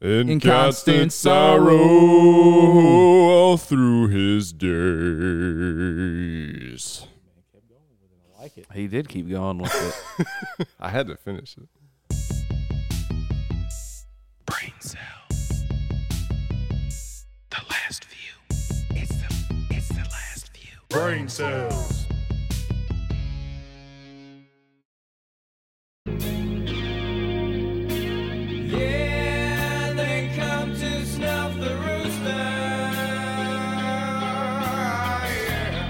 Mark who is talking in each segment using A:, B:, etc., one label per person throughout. A: in,
B: In
A: constant
B: constant
A: sorrow
B: sorrow.
A: all through his days.
B: He did keep going with it.
A: I had to finish it.
C: brain cell. The last view. It's the it's the last view.
A: Brain cells.
C: Yeah, they come to snuff the rooster. Yeah.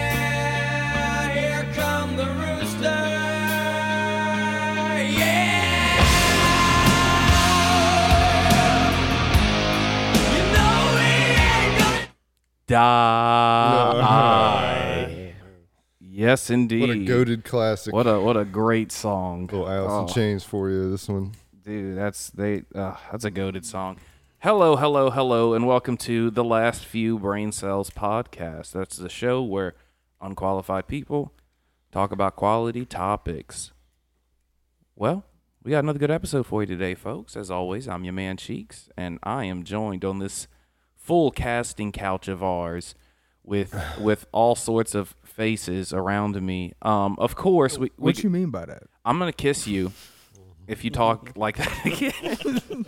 C: Yeah, here come the rooster. Yeah. You know he ain't gonna
B: Uh-huh.
A: Uh-huh.
B: Die. Yes, indeed.
D: What a goaded classic.
B: What a what a great song.
D: little Alice in
B: Oh,
D: Chains for you. This one.
B: dude, that's they. Uh, that's a goaded song. Hello, hello, hello, and welcome to the last few brain cells podcast. That's the show where unqualified people talk about quality topics. Well, we got another good episode for you today, folks. As always, I'm your man Cheeks, and I am joined on this full casting couch of ours with with all sorts of faces around me. Um, of course, we, we
E: What you mean by that?
B: I'm gonna kiss you if you talk like that again.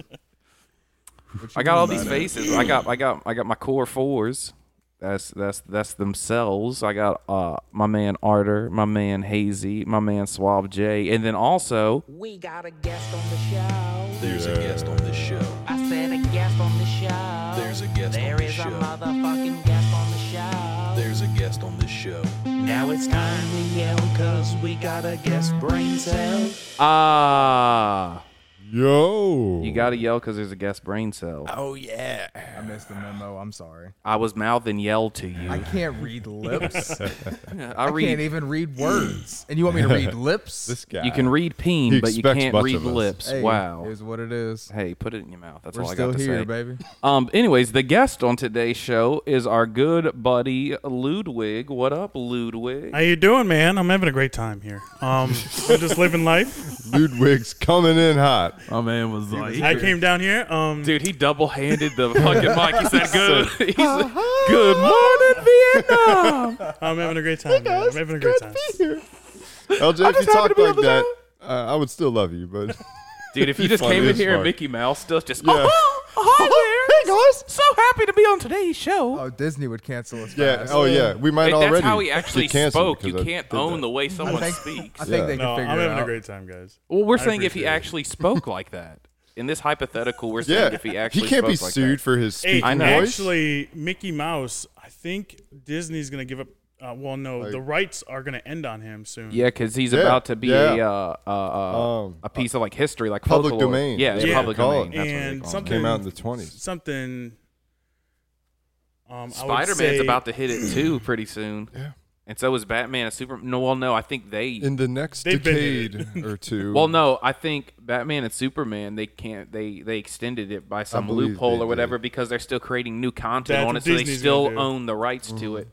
B: I got all these faces. I got I got I got my core fours. That's that's that's themselves. I got uh my man Arter, my man Hazy, my man Swab J, and then also
F: We got a guest on the show.
G: There's a guest on this show.
F: I said a guest on the show.
G: There's a guest on
F: There
G: this
F: is
G: show.
F: a motherfucking guest on the show.
G: There's a guest on this show.
F: now it's time to yell cause we got a guest brain cell.
B: ah
A: Yo.
B: you gotta yell because there's a guest brain cell.
G: Oh yeah.
E: I missed the memo. I'm sorry.
B: I was mouthing yell to you.
E: I
B: I,
E: can't read lips. I
B: read.
E: can't even read words. And you want me to read lips?
A: this guy.
B: you can read peen,
A: He
B: but you
A: expects
B: can't
A: much
B: read
A: of us.
B: lips.
E: Hey,
B: wow.
E: Here's what it is.
B: Hey, put it in your mouth. That's
E: We're
B: all I
E: still
B: got to
E: here,
B: say.
E: baby.
B: Um. Anyways, the guest on today's show is our good buddy Ludwig. What up, Ludwig?
H: How you doing, man? I'm having a great time here. Um, I'm just living life.
A: Ludwig's coming in hot.
E: My man was like,
H: I came down here. Um,
B: Dude, he double-handed the fucking mic. He said, "Good." He said, "Good morning, Vietnam."
H: I'm having a great time. Man. I'm having a great time.
A: LJ, if you
B: just happy to
A: talk
B: be on
A: like
B: the
A: that, uh, I would still love you, but
B: Dude, if you just
A: Funny
B: came in
A: as
B: here and
A: fuck.
B: Mickey Mouse stuff, just
A: Yeah.
B: oh, hi there. Hey guys, so happy to be on today's show.
E: oh, Disney would cancel us.
A: yeah,
E: fast.
A: oh yeah, we might already.
B: that's how he actually
A: get canceled
B: spoke. You
A: because I
B: can't
A: did
B: own
A: that.
B: the way
E: I
B: someone
E: think,
B: speaks.
E: I think they
H: No,
E: can
H: I'm
E: figure it
H: having
E: out.
H: a great time, guys.
B: Well, we're
H: I
B: saying if he
H: appreciate it.
B: actually spoke like that. In this hypothetical, we're saying
A: Yeah,
B: if he actually
A: can't be
B: spoke like that.
A: sued for his
H: Hey,
A: speaking
B: I know.
A: voice.
H: actually, Mickey Mouse. I think Disney's gonna give up. Uh, well, no, the rights are gonna end on him soon.
B: Yeah, because he's
A: Yeah,
B: about to be a,
A: yeah.
B: uh, uh, uh,
A: Um,
B: a piece of like history, like
A: public
B: folklore.
A: domain.
B: Yeah,
A: That's
B: yeah,
H: what they
B: public
A: call
B: domain.
A: it.
B: That's
H: and
B: what they call
H: something
B: it.
A: Came out in the 20s.
H: Something. Um,
B: Spider Man's about to hit it too pretty soon.
A: Yeah.
B: And so is Batman and Superman. No, well, no, I think they.
A: in the next
H: They've been
A: decade or two.
B: well, no, I think Batman and Superman they can't they they extended it by some
A: believe
B: loophole
A: they
B: or whatever
A: did.
B: because they're still creating new content
H: That's
B: on
H: what
B: it, so they
H: Disney's
B: still
H: gonna do.
B: own the rights
A: Mm-hmm.
B: to it.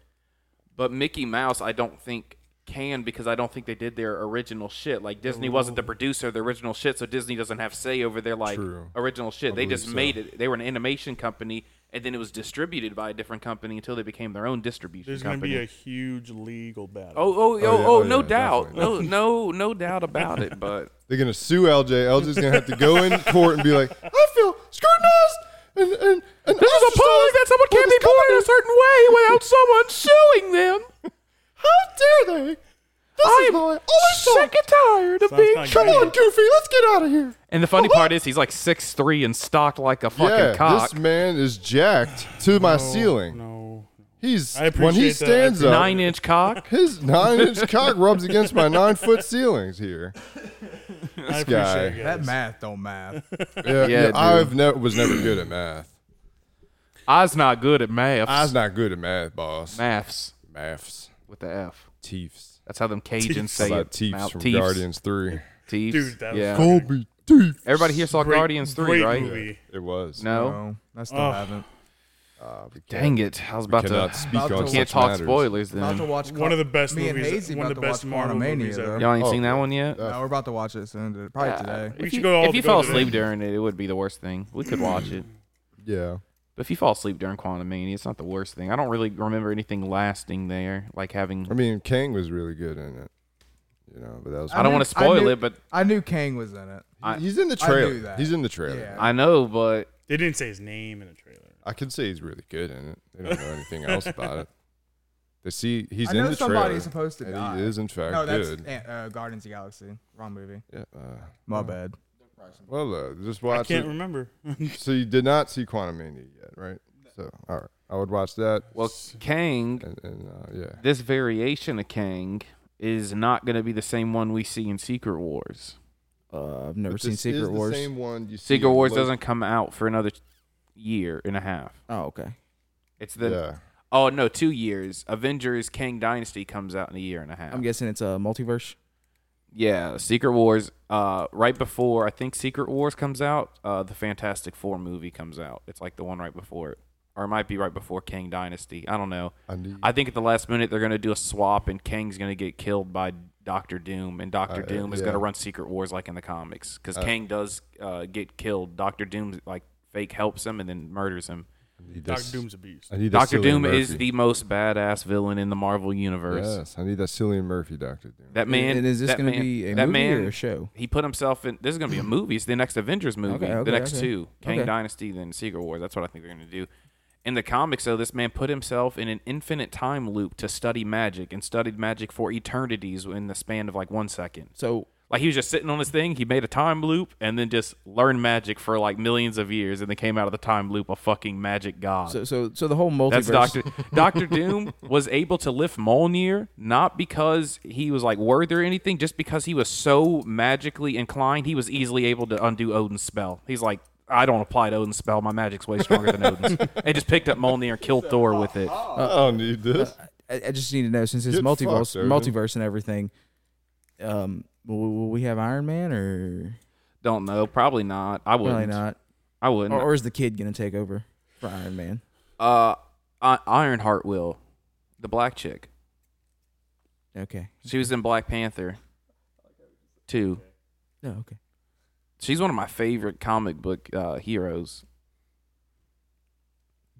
B: But Mickey Mouse, I don't think can because I don't think they did their original shit. Like Disney wasn't the producer of the original shit, so Disney doesn't have say over their like
A: True.
B: original shit. they just
A: believe so.
B: made it. They were an animation company, and then it was distributed by a different company until they became their own distribution
H: There's gonna
B: company.
H: be a huge legal battle.
B: Oh, oh, oh,
A: yeah,
B: oh,
A: oh,
B: no
A: yeah,
B: doubt. No, no, no doubt about it. But
A: They're gonna sue LJ. LJ's gonna have to go in court and be like, I feel scrutinized and and, and
B: this is a policy that someone can't be born in a certain way without someone suing them.
A: How dare they? This
B: I
A: is my
B: am
A: only
B: sick Oh and tired of
H: Sounds
B: being.
H: kinda
A: Come
H: great.
A: on, Goofy, let's get out of here.
B: And the funny part is, he's like six three and stocked like a fucking
A: yeah,
B: cock.
A: this man is jacked to my ceiling.
H: No.
A: He's
H: I
A: when he
H: appreciate that. I
A: stands up,
B: Nine inch cock.
A: his nine-inch cock rubs against my nine-foot ceilings here.
H: I appreciate
A: guy.
H: it,
E: That
H: guys.
E: math don't math.
A: Yeah,
B: Yeah,
A: yeah,
B: dude.
A: I've never was never good at math.
B: I's not good at maths.
A: I was not good at math, boss.
B: maths
A: Maths,
B: with the F.
A: teeths.
B: That's how them Cajuns
A: It's
B: say
A: like
B: it.
A: teeths
B: Mouth-
A: from
B: teeths,
A: Guardians Three.
B: teeths.
H: Dude, that was
B: yeah.
H: cool.
A: Call me teeth.
B: Everybody here saw
H: Great-
B: Guardians three,
H: great
B: right?
H: movie.
A: It was.
B: No.
E: No, I still
H: Oh.
E: haven't.
A: Uh, we can't-
B: Dang it! I was about
A: cannot
B: to.
A: speak
E: About
A: on
E: to-
B: Can't
A: such
B: talk
A: matters.
B: spoilers
E: About to
B: then.
E: watch
H: One of the best
E: me and
H: movies-
E: Hazy
H: one of
E: about
H: the
E: to
H: best
E: watch
H: Marvel
E: Quantumania,
H: movies ever.
E: though.
B: Y'all ain't
A: Oh,
B: seen that one yet.
E: No, we're about to watch it soon, dude. probably today.
B: If
H: We should
B: you,
H: go all
B: if you
H: together
B: fall
H: then.
B: asleep during it, it would be the worst thing. We could watch it.
A: Yeah.
B: But if you fall asleep during Quantum Mania, it's not the worst thing. I don't really remember anything lasting there, like having.
A: I mean, Kang was really good in it. You know, but that was.
B: I don't
E: knew-
B: want to spoil
E: knew-
B: it, but
E: I knew Kang was in it.
B: I-
A: he's in the
E: I knew
A: trailer.
E: that.
A: He's in the trailer.
E: Yeah.
B: I know. But
H: They didn't say his name in the trailer.
A: I can say he's really good in it. They don't know anything else about it. They see he's
E: I
A: in
E: know
A: the
E: somebody
A: trailer.
E: is supposed to
A: and
E: die.
A: He is in fact
E: no, that's
A: good.
E: Ant- uh, Guardians of the Galaxy. Wrong movie.
A: Yeah. Uh,
E: My bad.
A: well, uh, just
H: I
A: watch
H: can't
A: it.
H: remember.
A: So you did not see Quantum Mania yet, right? So all right, I would watch that.
B: well, Kang,
A: And, and uh, yeah,
B: this variation of Kang is not going to be the same one we see in Secret Wars.
I: Uh, I've never
A: But
I: seen
A: this
I: Secret
A: is
I: Wars.
A: The same one you see
B: Secret
A: in
B: Wars
A: Loki.
B: doesn't come out for another year and a half.
I: Oh, okay.
B: It's the
A: yeah.
B: oh no, two years. Avengers: Kang Dynasty comes out in a year and a half.
I: I'm guessing it's a multiverse.
B: Yeah, Secret Wars. Uh, right before I think Secret Wars comes out, uh, the Fantastic Four movie comes out. It's like the one right before it, or it might be right before Kang Dynasty. I don't know.
A: I need-
B: I think at the last minute they're gonna do a swap, and Kang's gonna get killed by Doctor Doom, and Doctor
A: Uh,
B: Doom is
A: yeah.
B: gonna run Secret Wars like in the comics, because Kang does uh, get killed. Doctor Doom like fake helps him and then murders him.
A: I need
H: Doctor
A: this-
H: Doom's a beast.
A: I need that
B: Doctor
A: Cillian
B: Doom is
A: Murphy.
B: the most badass villain in the Marvel universe.
A: Yes, I need that Cillian Murphy Doctor Doom.
B: That man.
I: and is this
B: that
I: gonna
B: man-
I: be a
B: that
I: movie
B: man,
I: or a show?
B: He put himself in. This is gonna be a movie. It's the next Avengers movie.
I: Okay, okay,
B: the next
I: okay.
B: two, Kang
I: Okay.
B: Dynasty, then Secret Wars. That's what I think they're gonna do. In the comics, though, this man put himself in an infinite time loop to study magic and studied magic for eternities in the span of like one second.
I: So
B: Like he was just sitting on his thing, he made a time loop and then just learned magic for like millions of years, and then came out of the time loop a fucking magic god.
I: so so so the whole multiverse.
B: That's Doctor Doctor Doom was able to lift Mjolnir not because he was like worthy or anything, just because he was so magically inclined, he was easily able to undo Odin's spell. He's like, I don't apply to Odin's spell. My magic's way stronger than Odin's. And just picked up Mjolnir and killed Thor with it.
A: I don't Uh, oh, need this.
I: I, I just need to know since it's
A: Get
I: multiverse,
A: fucked, Odin.
I: multiverse and everything. Um, will, will we have Iron Man or
B: Don't know. Probably not. I wouldn't.
I: probably not?
B: I wouldn't.
I: Or, or is the kid gonna take over for Iron Man?
B: uh, I- Ironheart will. The black chick.
I: Okay.
B: She was in Black Panther. Two.
I: No. Okay.
B: She's one of my favorite comic book uh, heroes.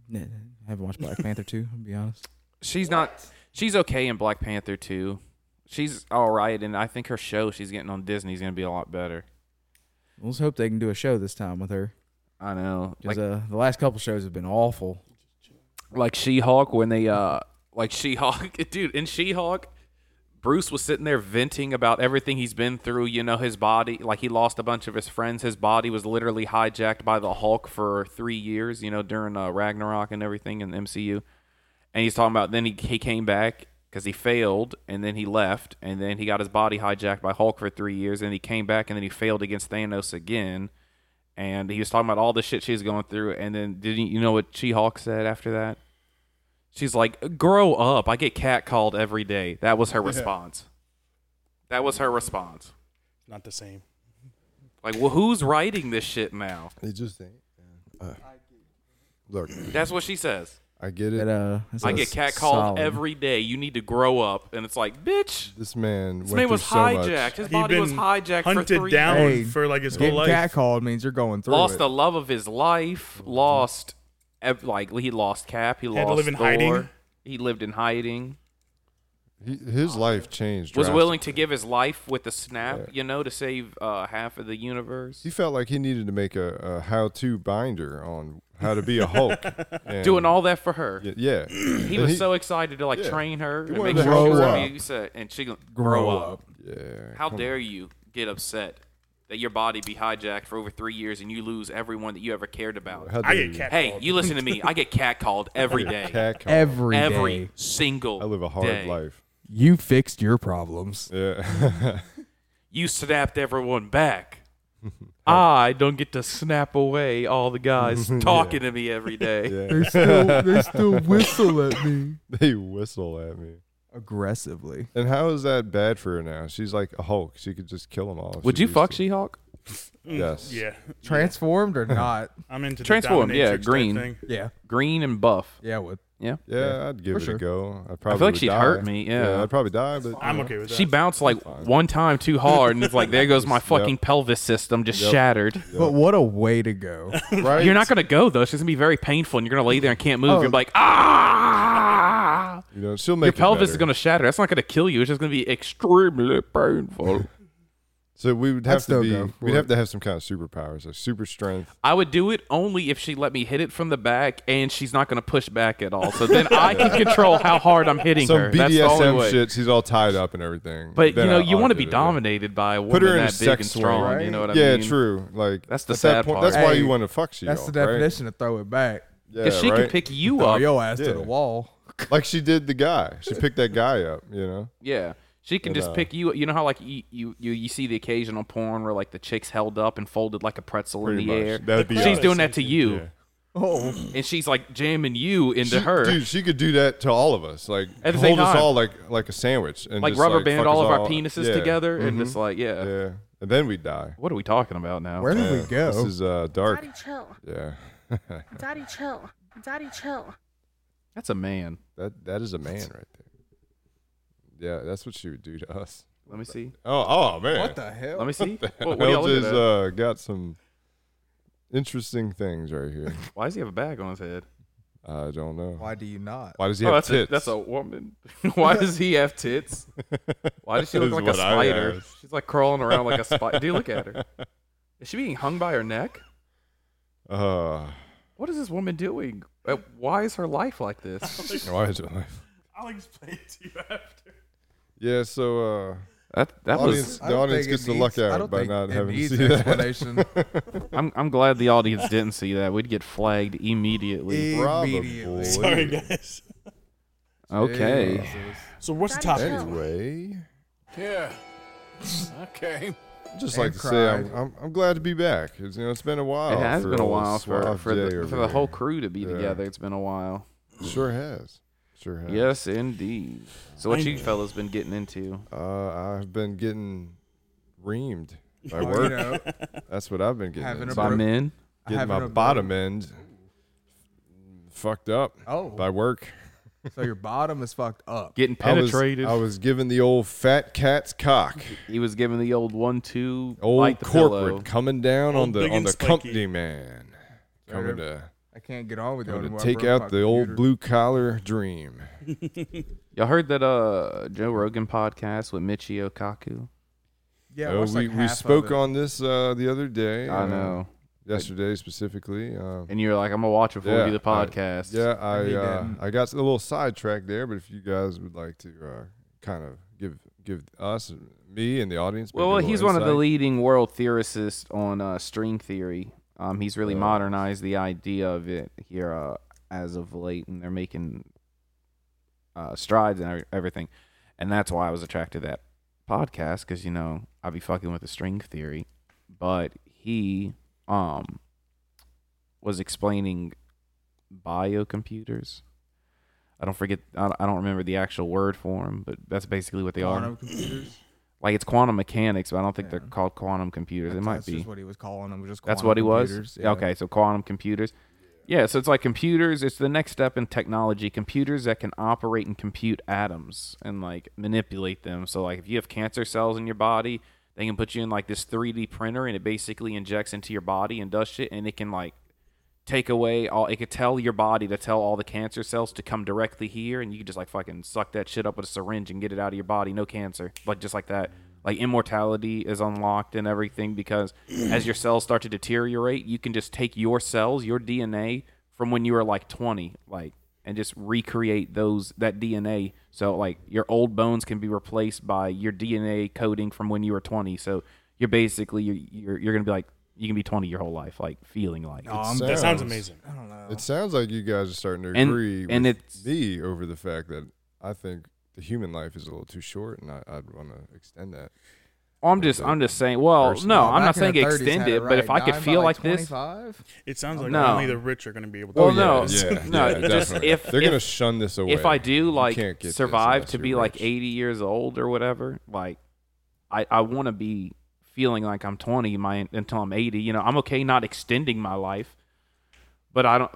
I: No, no, I haven't watched Black Panther two. I'll be honest.
B: she's not she's okay in Black Panther too. She's all right, and I think her show she's getting on Disney is gonna be a lot better.
I: Let's hope they can do a show this time with her
B: I know,
I: because
B: like
I: uh, the last couple shows have been awful.
B: like She Hulk when they uh like She Hulk, dude. In She Hulk, Bruce was sitting there venting about everything he's been through. You know, his body, like he lost a bunch of his friends. His body was literally hijacked by the Hulk for three years. You know, during uh, Ragnarok and everything in the MCU. and he's talking about then he, he came back because he failed and then he left and then he got his body hijacked by hulk for three years and he came back and then he failed against thanos again and he was talking about all the shit she was going through and then didn't you know what she-hulk said after that she's like grow up i get catcalled every day that was her response that was her response
H: Not the same.
B: like well, who's writing this shit now
A: It just ain't. man. Uh, look,
B: that's what she says
A: I get it.
I: But, uh, that's
B: i
I: a
B: get catcalled
I: solid-
B: every day you need to grow up and it's like bitch
A: This man.
B: This
A: went
B: man
A: through
B: was
A: so much.
B: hijacked. His
H: He'd
B: body was
H: been
B: hijacked
H: hunted
B: for three
H: down
B: years.
E: Hey,
H: for like his whole
E: Getting
H: life.
E: catcalled means you're going through
B: Lost
E: it.
B: the love of his life. Lost, ev- like he lost Cap. He
H: to
B: lost
H: live in
B: Thor.
H: hiding.
B: He lived in hiding.
A: He, his life changed.
B: Was
A: drastic-
B: willing to give his life with a snap, you know, to save uh, half of the universe.
A: He felt like he needed to make a, a how-to binder on how to be a Hulk. and-
B: Doing all that for her.
A: Y- Yeah.
B: He was so excited to like
A: yeah.
B: train her and
A: wanted
B: make
A: to
B: sure she
A: grow
B: was gonna
A: up.
B: be upset, and she gonna grow up.
A: Yeah.
B: How dare you get upset that your body be hijacked for over three years and you lose everyone that you ever cared about?
A: How
H: I
A: dare
H: get
A: you?
H: catcalled.
B: Hey, you listen to me. I get catcalled every day.
A: Cat call.
I: every
B: every
I: day.
B: single
A: I live a hard
B: day.
A: life.
E: You fixed your problems.
A: Yeah.
B: You snapped everyone back. I don't get to snap away all the guys talking to me every day.
A: yeah.
E: They still, they still whistle at me
A: they whistle at me.
E: aggressively.
A: And how is that bad for her now? She's like a Hulk. She could just kill them all. if
B: Would
A: she
B: you
A: used
B: fuck
A: to.
B: She Hulk?
A: Yes.
H: Mm, Yeah,
E: Transformed or not?
H: I'm into the
B: Transform, yeah,
H: dominatrix type
B: green.
H: thing.
E: yeah.
B: Green and buff.
E: Yeah, I would.
A: Yeah, I'd give
E: For
A: it
E: sure.
A: a go. I probably
B: like
A: would
B: she'd
A: die.
B: hurt me, yeah.
A: I'd probably die, but
H: I'm okay with that.
B: She bounced like one time too hard, and it's like there goes my fucking pelvis system just shattered.
E: But what a way to go.
A: right. Oh.
B: You're not gonna go though. It's gonna be very painful, and you're gonna lay there and can't move. You're like ah.
A: You know, she'll
B: Your
A: make it
B: pelvis is
A: better.
B: gonna shatter. That's not gonna kill you. It's just gonna be extremely painful.
A: So we would
E: I'd
A: have
E: still
A: to be.
E: go for
A: We'd
E: it.
A: have to have some kind of superpowers, like super strength.
B: I would do it only if she let me hit it from the back, and she's not gonna push back at all. So then I can control how hard I'm hitting
A: Some
B: her. That's the only
A: BDSM
B: way.
A: shit. She's all tied up and everything.
B: But
A: Then
B: you know,
A: I-
B: you
A: I'll
B: want to
A: do
B: be
A: it, yeah.
B: dominated by a woman
A: Put her in a
B: that big
A: sex
B: and strong.
A: Right?
B: You know what I
A: yeah,
B: mean?
A: true. Like
B: That's the
A: at that
B: sad
A: point.
B: part.
A: That's why
E: Hey,
A: you want to fuck she.
E: That's
A: off,
E: the
A: right?
E: definition of throw it back.
A: Yeah,
B: Because she
A: right?
B: can pick you
E: Throw
B: up.
E: your ass to the
A: Yeah.
E: wall.
A: Like she did the guy. She picked that guy up. You know.
B: Yeah. She can just
A: uh,
B: pick you. You know how like you, you you you see the occasional porn where like the chick's held up and folded like a pretzel in the
A: Pretty much.
B: air.
A: That'd be
B: she's
A: us.
B: doing that to you,
E: Oh,
B: and she's like jamming you into
A: She-
B: her.
A: Dude, she could do that to all of us. Like
B: At the same
A: hold us
B: time.
A: all like like a sandwich and
B: like
A: just,
B: rubber
A: like,
B: band
A: fuck
B: all
A: us
B: of our penises
A: Yeah. Mm-hmm.
B: together, and just like yeah.
A: Yeah, and then we die.
B: What are we talking about now?
E: where did
A: Yeah.
E: we go?
A: This is uh, dark.
J: Daddy chill.
A: Yeah,
J: Daddy chill. Daddy chill.
B: That's a man.
A: that that is a man right there. Yeah, that's what she would do to us.
B: Let me see.
A: Oh, oh man.
E: what the hell?
B: Let me see. What, what are y'all
A: Elja's
B: looking at?
A: uh, got some interesting things right here.
B: Why does he have a bag on his head?
A: I don't know. Why,
E: Why do you not?
A: does he
B: Oh,
A: have
B: that's
A: tits?
B: A, that's a woman. Why does he have tits? Why does she look
A: Is
B: like a
A: what I
B: spider?
A: asked.
B: She's like crawling around like a spider. Do you look at her? Is she being hung by her neck?
A: Uh,
B: What is this woman doing? Uh, Why is her life like this?
A: why is it?
H: I'll explain it to you after.
A: Yeah, so uh,
B: That that
A: audience,
B: was.
E: I
A: the
E: don't
A: audience
E: think it
A: gets the
E: needs-
A: luck
E: I
A: out
E: don't
A: by
E: think
A: not
E: it
A: having to
E: needs
A: see
E: an
A: that.
E: explanation.
A: uh,
B: I'm I'm glad the audience didn't see that. We'd get flagged immediately.
E: Immediately.
H: Sorry, guys.
B: Okay.
H: So what's the
J: Daddy
H: topic?
J: chill.
A: Anyway,
G: Yeah. Okay.
A: just
E: And
A: like to say, I'm,
E: cried.
A: I'm, I'm glad to be back. It's, you know, it's been a while.
B: It has
A: for
B: been a
A: old
B: while for
A: Suave
B: for
A: J
B: the,
A: over
B: for the
A: here.
B: whole crew to be
A: Yeah.
B: together. It's been a while.
A: Sure has. Sure has.
B: Yes, indeed. So what
H: Thank
B: you
H: you.
B: fellas been getting into?
A: Uh, I've been getting reamed by
E: Or, you
A: work.
E: know,
A: That's what I've been getting.
E: Having
A: into.
E: a
B: So I'm in.
A: getting
E: having
A: my
E: a
A: bottom end fucked up
E: Oh.
A: by work.
E: so your bottom is fucked up.
B: Getting
A: I was-
B: penetrated.
A: I was, given the old fat cat's cock.
B: he was giving the old one-two.
A: Old
B: like the
A: corporate
B: pillow.
A: coming down
H: Old
A: on the
H: big
A: on
H: and
A: the
H: spiky.
A: company man. Coming to,
E: I can't get on with
A: coming
E: it.
A: to take out the old blue collar dream.
B: Y'all heard that uh Joe Rogan podcast with Michio Kaku?
E: Yeah, I
B: Oh,
A: Uh,
E: watched,
A: we
E: like,
A: we
E: half of
A: spoke
E: it.
A: on this uh, the other day.
B: I
A: uh,
B: know.
A: Yesterday specifically. Uh,
B: And you're like, I'm gonna watch it before
A: Yeah,
B: we do the
A: I-
B: podcast.
A: Yeah, I
E: he
A: uh,
E: didn't.
A: I got a little sidetracked there, but if you guys would like to uh, kind of give give us me and the audience, maybe a
B: Well,
A: little
B: he's one of the
A: insight.
B: leading world theorists on uh, string theory. Um, he's really modernized the idea of it here uh, as of late, and they're making uh, strides and every- everything. And that's why I was attracted to that podcast because you know I'd be fucking with the string theory, but he um was explaining biocomputers. I don't forget. I don't- I don't remember the actual word for them, but that's basically what they are
E: Quantum computers.
B: like it's quantum mechanics, but I don't think they're
E: Yeah.
B: called quantum computers.
E: That's-
B: it might
E: that's
B: be.
E: just what he was calling them. Just
B: That's
E: quantum
B: what he was.
E: computers, yeah.
B: Okay, so quantum computers. Yeah, so it's like computers. It's the next step in technology. Computers that can operate and compute atoms and like manipulate them. So like if you have cancer cells in your body, they can put you in like this 3D printer and it basically injects into your body and does shit, and it can like take away all. It could tell your body to tell all the cancer cells to come directly here, and you can just like fucking suck that shit up with a syringe and get it out of your body. No cancer, like just like that. Like immortality is unlocked and everything because as your cells start to deteriorate, you can just take your cells, your DNA from when you were like 20, like and just recreate those that DNA. So like your old bones can be replaced by your DNA coding from when you were 20. So you're basically you're you're, you're going to be like you can be 20 your whole life, like feeling like
E: No, I'm-
H: That sounds amazing.
A: It sounds like you guys are starting to
B: And-
A: agree
B: and
A: with
B: it's-
A: me over the fact that I think the human life is a little too short, and I, I'd want to extend that.
B: Well, I'm just, I'm just saying. Well, no, I'm not saying
E: Back in the 30s had
B: extend
E: it
B: it, but if I
E: right.
B: could
E: Dying by,
B: feel
E: like
B: like this,
E: 25?
H: It sounds like
B: No.
H: only the rich are going to be able to.
E: Oh,
B: Well,
H: do
B: no,
H: that.
A: Oh, yeah,
B: no,
A: yeah,
B: just
A: definitely.
B: if-
A: they're gonna
B: if-
A: shun this away.
B: if I do
A: You
B: like
A: can't get this
B: survive
A: unless
B: to
A: you're
B: be like
A: rich.
B: 80 years old or whatever, like I, I want to be feeling like I'm 20 my until I'm 80. You know, I'm okay not extending my life, but I don't.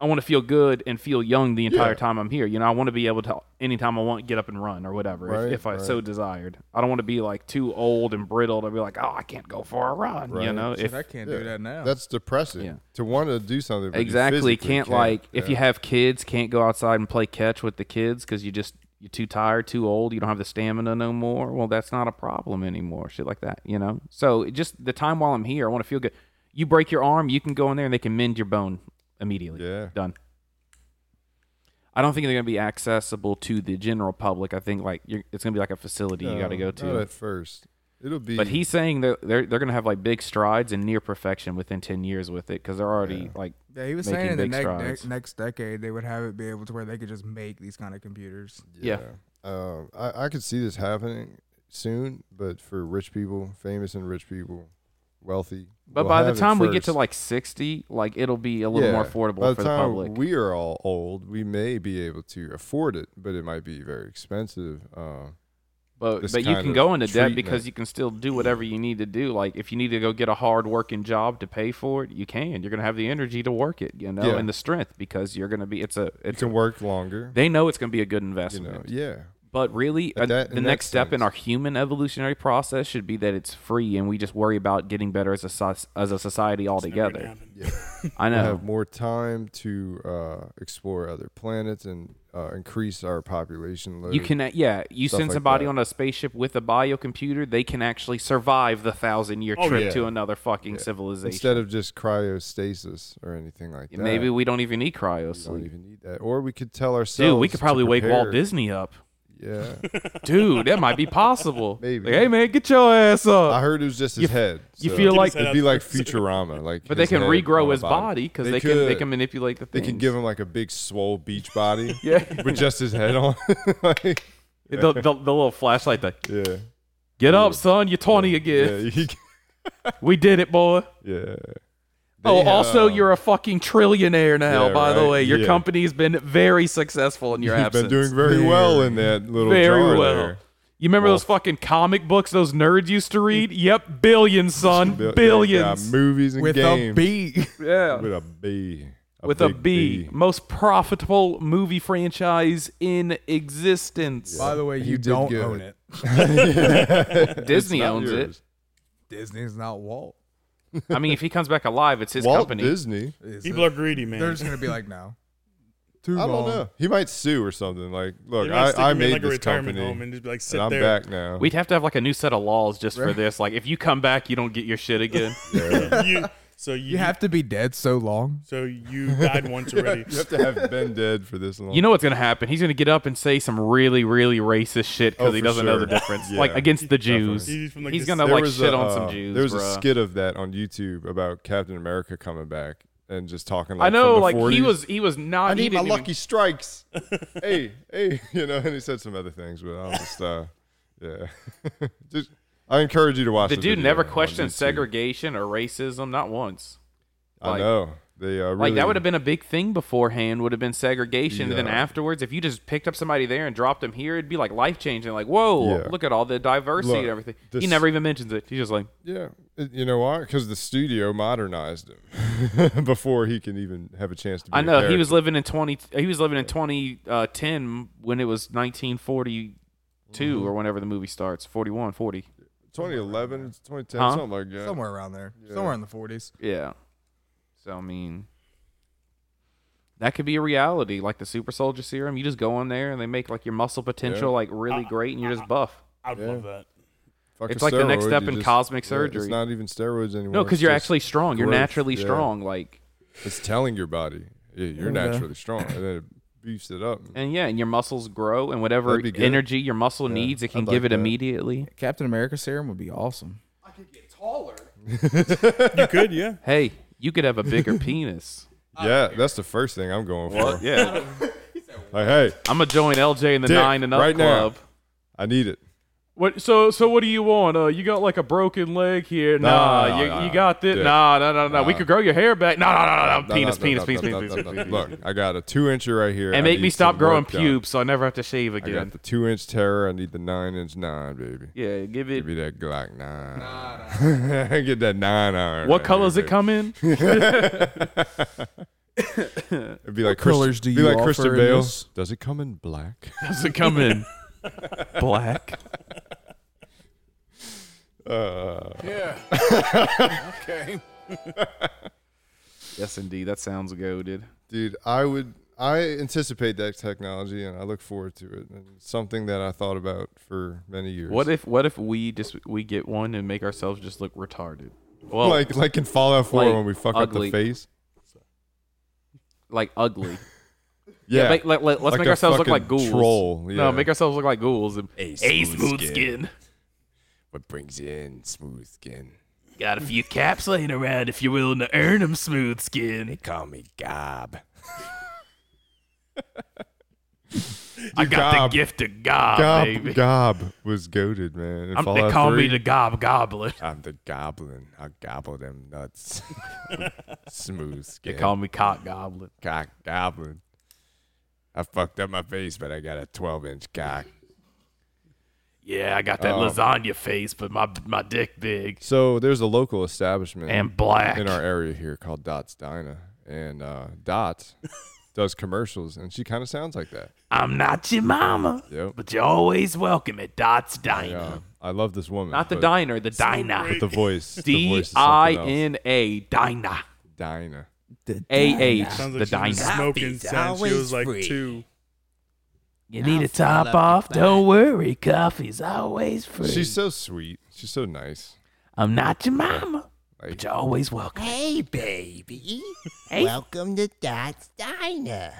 B: I want to feel good and feel young the entire time I'm here. You know, I want to be able to anytime I want get up and run or whatever if,
A: Right,
B: if I so desired. I don't want to be like too old and brittle to be like, oh, I can't go for a run. You know, if
E: I can't
A: Yeah.
E: do that now.
A: That's depressing
B: Yeah.
A: to want to do something. But you
B: exactly
A: physically
B: can't, like if you have kids can't go outside and play catch with the kids because you just you're too tired too old you don't have the stamina no more well that's not a problem anymore shit like that you know so it just the time while i'm here i want to feel good you break your arm you can go in there and they can mend your bone immediately
A: Yeah.
B: done i don't think they're going to be accessible to the general public i think like you're, it's going to be like a facility you got to
A: No,
B: go to
A: Um, Not at first, it'll be.
B: but he's saying that they're they're gonna have like big strides and near perfection within ten years with it because they're already like
E: yeah, he was
B: making
E: saying in the
B: big
E: next
B: strides.
E: ne- next decade they would have it be able to where they could just make these kind of computers.
B: yeah.
A: um, I, I could see this happening soon, but for rich people, famous and rich people, wealthy.
B: But
A: we'll
B: by the
A: have it
B: time we get to
A: first.
B: like sixty, like it'll be a little more
A: Yeah.
B: affordable
A: By
B: for the
A: time
B: public.
A: We are all old. We may be able to afford it, but it might be very expensive. Uh,
B: but
A: this
B: but you
A: kind
B: can
A: of
B: go into debt
A: treatment.
B: because you can still do whatever you need to do. Like if you need to go get a hard working job to pay for it, you can. You're gonna have the energy to work it, you know,
A: Yeah.
B: and the strength because you're gonna be. It's a
A: it
B: it's a,
A: can work longer.
B: they know it's gonna be a good
A: You
B: investment.
A: know, yeah.
B: But really,
A: At
B: uh,
A: that-
B: the
A: in that
B: next step in
A: sense.
B: our human evolutionary process should be that it's free, and we just worry about getting better as a soc- as a society altogether. I
A: We
B: know.
A: have more time to uh, explore other planets and uh, increase our population. Load.
B: You can, uh, yeah. You
A: Stuff
B: send
A: like
B: somebody
A: that.
B: on a spaceship with a biocomputer, they can actually survive the thousand year
H: Oh,
B: trip
A: yeah.
B: to another fucking civilization.
A: instead of just cryostasis or anything like that.
B: Maybe we don't even need
A: we don't
B: cryosleep.
A: even need that, or we could tell ourselves.
B: Dude, we could
A: to
B: probably wake Walt
A: prepare.
B: Disney up.
A: Yeah,
B: Dude, that might be possible.
A: Maybe.
B: Like, hey, man, get your ass
A: I
B: up.
A: heard it was just his
B: You-
A: head.
B: you
A: so
B: feel like-
A: it'd be like Futurama, like.
B: But they
A: his
B: can
A: head on
B: regrow
A: a
B: his body because they, can they can manipulate the
A: They
B: thing.
A: could give him like a big swole beach body
B: yeah.
A: with just his head on. like,
B: the, the, the little flashlight. The,
A: yeah.
B: get up, son. You're 20 again.
A: Yeah. you can-
B: We did it, boy.
A: yeah.
B: Oh,
A: They,
B: also,
A: um,
B: you're a fucking trillionaire now.
A: Yeah,
B: by the
A: right?
B: way, your
A: Yeah.
B: company's been very successful in your
A: You've
B: absence.
A: been doing very well in that little
B: Very
A: jar
B: well.
A: there.
B: You remember those fucking comic books those nerds used to read? Yep, billions, son,
A: Bill-
B: billions.
A: yeah, movies and
E: With
A: games.
E: a beat.
B: Yeah,
A: With a B.
B: with a
A: big
B: B, most profitable movie franchise in existence.
E: By the way, you
A: did
E: don't
A: good.
E: own it.
B: Disney
A: Not
B: owns
A: yours.
E: Disney's not Walt.
B: it. I mean, if he comes back alive, it's his
A: Walt
B: company.
A: Disney.
E: Is
H: People
E: it?
H: are greedy, man.
E: They're just gonna be like, no. Too
A: I don't
E: long.
A: know. He might sue or something. Like,
H: They
A: look,
H: might stick
A: I, I
H: him in,
A: made
H: like a
A: this
H: retirement
A: company,
H: home and just be like, sit
A: and I'm
H: there.
A: back now.
B: We'd have to have like a new set of laws just for this. Like, if you come back, you don't get your shit again.
H: you, so you,
E: You have to be dead so long.
H: so you died once already.
A: you have to have been dead for this long.
B: You know what's gonna happen? He's gonna get up and say some really, really racist shit because
A: Oh,
B: he
A: for
B: doesn't know the
A: sure.
B: difference.
A: Yeah.
B: Like against the Jews,
H: He's from, like,
B: he's
H: this-
B: gonna
A: There
B: like
A: was
B: shit
A: a,
B: on
A: uh,
B: some Jews.
A: There was
B: bruh.
A: a skit of that on YouTube about Captain America coming back and just talking. Like,
B: I
A: from the
B: know, like
A: 40s.
B: he was, he was not.
A: I
B: he
A: need my
B: didn't even-
A: lucky strikes. hey, hey, you know, and he said some other things, but I'll just, uh, yeah. just, I encourage you to watch.
B: The dude
A: video
B: never
A: on
B: questioned
A: YouTube.
B: segregation or racism, not once.
A: I
B: like-
A: know they uh, really,
B: Like that would have been a big thing beforehand. Would have been segregation, and then
A: Yeah.
B: afterwards, if you just picked up somebody there and dropped them here, it'd be like life changing. Like, whoa,
A: Yeah.
B: look at all the diversity
A: Look,
B: and everything. he
A: this-
B: never even mentions it. He's just like,
A: Yeah, It- you know why? Because the studio modernized him before he can even have a chance to. Be
B: I
A: a
B: know he
A: character.
B: was living in twenty. He was living in twenty uh, ten when it was nineteen
A: Mm-hmm.
B: or whenever the movie starts. 41, 40.
A: 2011, 2010,
B: Huh?
A: something like that.
E: Somewhere around there. Somewhere in the forties.
B: Yeah. So I mean, that could be a reality, like the super soldier serum. You just go in there and they make like your muscle potential like really great, and you're just buff.
H: I would love that.
A: Fuck
B: It's
A: a
B: like the next
A: steroid,
B: step
A: you
B: in
A: just-
B: cosmic
A: yeah,
B: surgery.
A: it's not even steroids anymore.
B: No, because
A: it's
B: you're
A: just
B: actually strong. You're
A: growth.
B: naturally
A: Yeah.
B: strong. Like
A: It's telling your body, yeah, you're naturally strong, and then it beefs it up.
B: and yeah, and your muscles grow, and whatever
A: That'd be good.
B: energy your muscle needs, it can
A: I'd
B: give
A: like
B: it
A: that.
B: immediately.
I: Captain America serum would be awesome.
H: You could, yeah.
B: Hey, you could have a bigger penis.
A: Yeah, that's the first thing I'm going for.
B: Yeah,
A: Like, hey,
B: I'm gonna join LJ in the
A: Dick,
B: nine and up
A: right now.
B: club.
A: I need it.
K: What? So so what do you want? Uh, you got like a broken leg here?
A: No,
K: Nah,
A: no,
K: you,
A: no,
K: you
A: no.
K: got this?
A: Dude.
K: Nah, no, no, no. We
A: Nah.
K: could grow your hair back. Nah, nah, nah, nah, nah.
A: No, no,
K: Penis,
A: no,
K: penis,
A: no,
K: penis,
A: no, no,
K: penis,
A: no,
K: penis,
A: no,
K: penis.
A: no. Look, I got a two incher right here. I
K: And make me
A: need
K: stop
A: some
K: growing
A: work done.
K: pubes so I never have to shave
A: I got
K: again.
A: the two inch terror. I need the nine inch nine, baby.
K: Yeah, give it.
A: Give me that Glock nine. Get that nine iron.
K: What
A: right
K: colors
A: here,
K: it come in?
A: baby. It'd be like
I: What colors
A: Christ-
I: do
A: be
I: you
A: like
I: offer
A: Christian
I: in
A: Bale.
I: this?
A: Does it come in black?
K: Does it come in black?
A: Uh,
G: Yeah. okay.
B: Yes, indeed. That sounds goaded.
A: dude, I would. I anticipate that technology, and I look forward to it. And it's something that I thought about for many years.
B: What if what if we just we get one and make ourselves just look retarded? Well, like,
A: like like in Fallout 4
B: like
A: when we fuck
B: ugly.
A: up the face?
B: ugly.
A: Yeah,
B: Make, let, us
A: Like
B: make
A: a
B: ourselves look
A: fucking
B: like ghouls.
A: troll, yeah.
B: No, make ourselves look like ghouls. And
K: Ace
B: a smooth skin.
A: what brings in smooth skin?
B: Got a few caps laying around if you're willing to earn them, smooth skin.
A: Call me Gob.
B: I got
A: gob.
B: the gift of gob,
A: Gob,
B: baby.
A: Gob was goaded, man. In
B: I'm, they
A: Fallout
B: call
A: 3,
B: me the gob goblin.
A: I'm the goblin. I gobble them nuts. smooth
B: They
A: skin.
B: call me cock goblin.
A: cock goblin. I fucked up my face, but I got a 12 inch cock.
B: Yeah, I got that
A: Oh.
B: lasagna face, but my my dick big
A: So there's a local establishment
B: and black.
A: in our area here called Dots Dina, and uh, Dots does commercials, and she kind of sounds like that.
B: I'm not your mama,
A: Yep.
B: but you're always welcome at Dot's Diner.
A: Yeah, I love this woman.
B: Not the
A: but
B: diner, the diner.
A: The voice. the
B: D
A: voice is something
B: I
A: else.
B: N A diner.
A: Dina.
B: A H
H: Sounds
B: the
H: like she was
B: diner.
H: smoking since she was like two.
B: You need a top off, don't worry, coffee's always free.
A: She's so sweet. She's so nice.
B: I'm not your mama, but
A: Like-
B: you're always welcome.
F: Hey, baby.
B: Hey.
F: Welcome to Dot's Diner.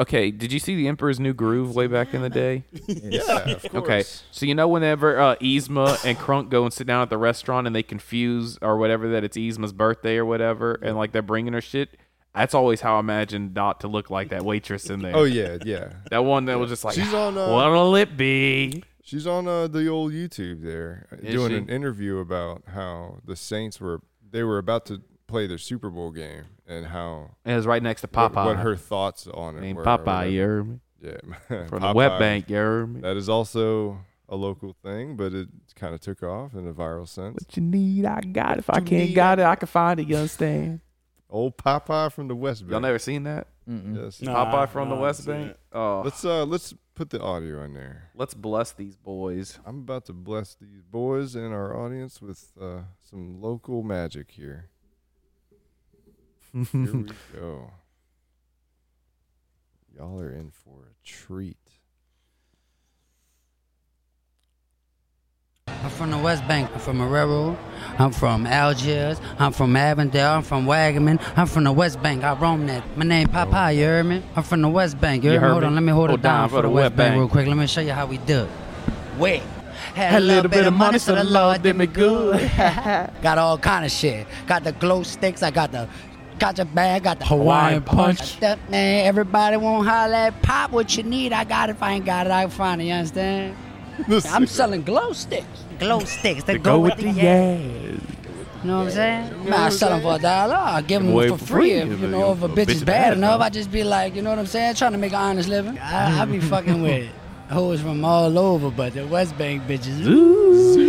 B: Okay, did you see the Emperor's New Groove way back in the day?
A: Yeah, of course.
B: Okay, so you know whenever uh, Yzma and Crunk go and sit down at the restaurant and they confuse or whatever that it's Yzma's birthday or whatever, and like they're bringing her shit. That's always how I imagine Dot to look like that waitress in there.
A: Oh yeah, yeah.
B: that one that was just like,
A: She's on, uh,
B: what'll it be?
A: She's on uh, the old YouTube there uh,
B: Is
A: doing
B: she?
A: an interview about how the Saints were they were about to play their Super Bowl game and how
B: And it was right next to
A: what-
B: Popeye.
A: what, her thoughts on it
B: Named
A: were. or
B: Popeye, you
A: whatever.
B: heard me?
A: yeah,
B: From the
A: Popeye.
B: web bank, you heard me?
A: That is also a local thing, but it kind of took off in a viral sense.
B: What you need, I got it. If I can't got it, I can find it, you understand?
A: Old Popeye from the West
B: Y'all
A: Bank.
B: never seen that?
A: yes.
B: Popeye from the West Bank? Oh,
A: Let's uh let's put the audio in there.
B: let's bless these boys.
A: I'm about to bless these boys and our audience with uh, some local magic here. here we go. Y'all are in for a treat.
L: I'm from the West Bank. I'm from Marrero. I'm from Algiers. I'm from Avondale. I'm from Wagaman. I'm from the West Bank. I roam that. My name Popeye, you heard me? I'm from the West Bank. You
B: You
L: heard me?
B: heard
L: Hold
B: me?
L: on, let me hold
B: Hold
L: it down, for the West Bank. real quick. Let me show you how we do it. Wait. Had a little bit of money, so the Lord did me good. got all kind of shit. Got the glow sticks. I got the gotcha bag. Got the
K: Hawaiian punch.
L: That, man, everybody won't holler at Pop what you need. I got it. If I ain't got it, I can find it. You understand? I'm selling glow sticks. Glow sticks. They, go, with, the
K: yeah.
L: You know what I'm saying? Man, I sell them for a dollar. I give them
K: Boy,
L: for
K: for
L: free.
K: free,
L: If, you
K: if
L: know,
K: you-
L: if a
K: if
L: bitch is bad enough,
K: huh?
L: I just be like, you know what I'm saying? Trying to make an honest living. I, I be fucking with hoes from all over, but the West Bank bitches.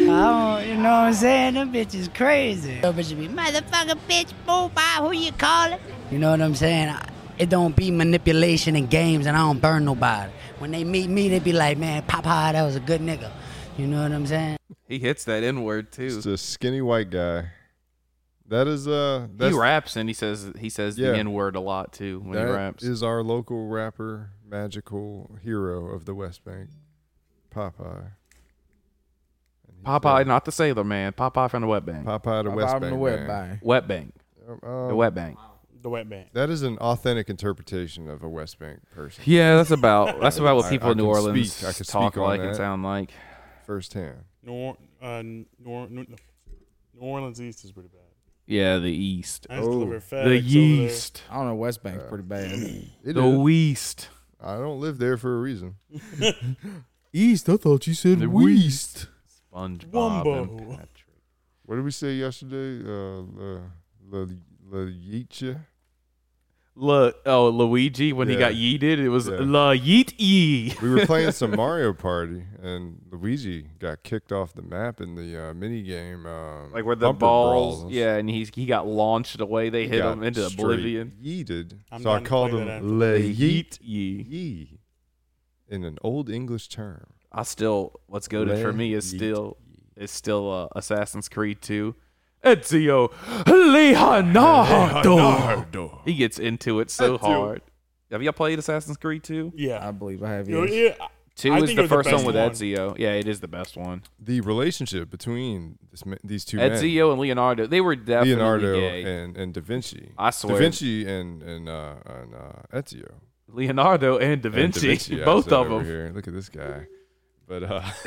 L: I don't, you know what I'm saying? Them bitches crazy. Them bitches be motherfucker, bitch, boo, bye, who you call it? You know what I'm saying? I- It don't be manipulation and games, and I don't burn nobody. When they meet me, they be like, man, Popeye, that was a good nigga. You know what I'm saying?
B: He hits that N word too.
A: Just a skinny white guy. That is uh
B: He
A: that's,
B: raps and he says he says
A: Yeah.
B: the N word a lot too when he
A: that
B: raps.
A: is our local rapper, magical hero of the West Bank, Popeye. And he's,
B: Popeye,
A: uh,
B: not the sailor man. Popeye from the wet bank.
A: Popeye the West Bank.
I: the
A: man.
I: wet by.
B: Wet bank.
A: Um,
B: The
A: um,
B: wet bank.
H: The wet band.
A: That is an authentic interpretation of a West Bank person
B: Yeah, that's about that's about what
A: I-
B: people
A: I
B: in New
A: can
B: Orleans
A: speak- I can
B: talk
A: speak on
B: like and
A: that.
B: sound like.
A: firsthand.
H: New, Or- uh, New, Or- New New Orleans East is pretty bad.
B: Yeah, the East.
H: I used to deliver FedEx
B: The
H: over there.
B: yeast.
I: I don't know. West Bank's pretty bad.
A: It
B: The
A: is.
B: Weast.
A: I don't live there for a reason.
D: East. I thought you said Weast.
B: SpongeBob.
A: Wumbo. What did we say yesterday? Uh, la, la, la yeetcha?
B: Look, oh Luigi when he
A: Yeah.
B: got yeeted, it was
A: Yeah.
B: la yeet yee.
A: We were playing some Mario Party, and Luigi got kicked off the map in the uh, mini game. Um,
B: like where the
A: Bumper
B: balls,
A: Brawls.
B: yeah, and he's he got launched away. They
A: He
B: hit
A: got
B: him into
A: straight
B: oblivion.
A: Yeeted.
B: I'm
A: so I
B: down to
A: called
B: play
A: him
B: that after.
A: Le Yeet
B: Yee.
A: Yee in an old English term.
B: I still what's goaded for
A: Le
B: me is
A: yeet
B: still is still uh, Assassin's Creed 2. Ezio Leonardo.
A: Leonardo.
B: He gets into it so
H: Ezio.
B: hard. Have y'all played Assassin's Creed 2?
H: Yeah. I
I: believe I have.
H: You know, yeah, I-
B: Two
H: I
B: is
H: think
B: the
H: it was
B: first one with
H: best
B: Ezio. Yeah, it is the best one.
A: The relationship between this, ma- these two men,
B: Ezio and Leonardo, they were definitely
A: Leonardo
B: gay.
A: and, and Da Vinci.
B: I swear.
A: Da Vinci and and uh, and uh, Ezio.
B: Leonardo and Da
A: And
B: Vinci,
A: I
B: both
A: said
B: of
A: over
B: them.
A: Here. Look at this guy. But uh,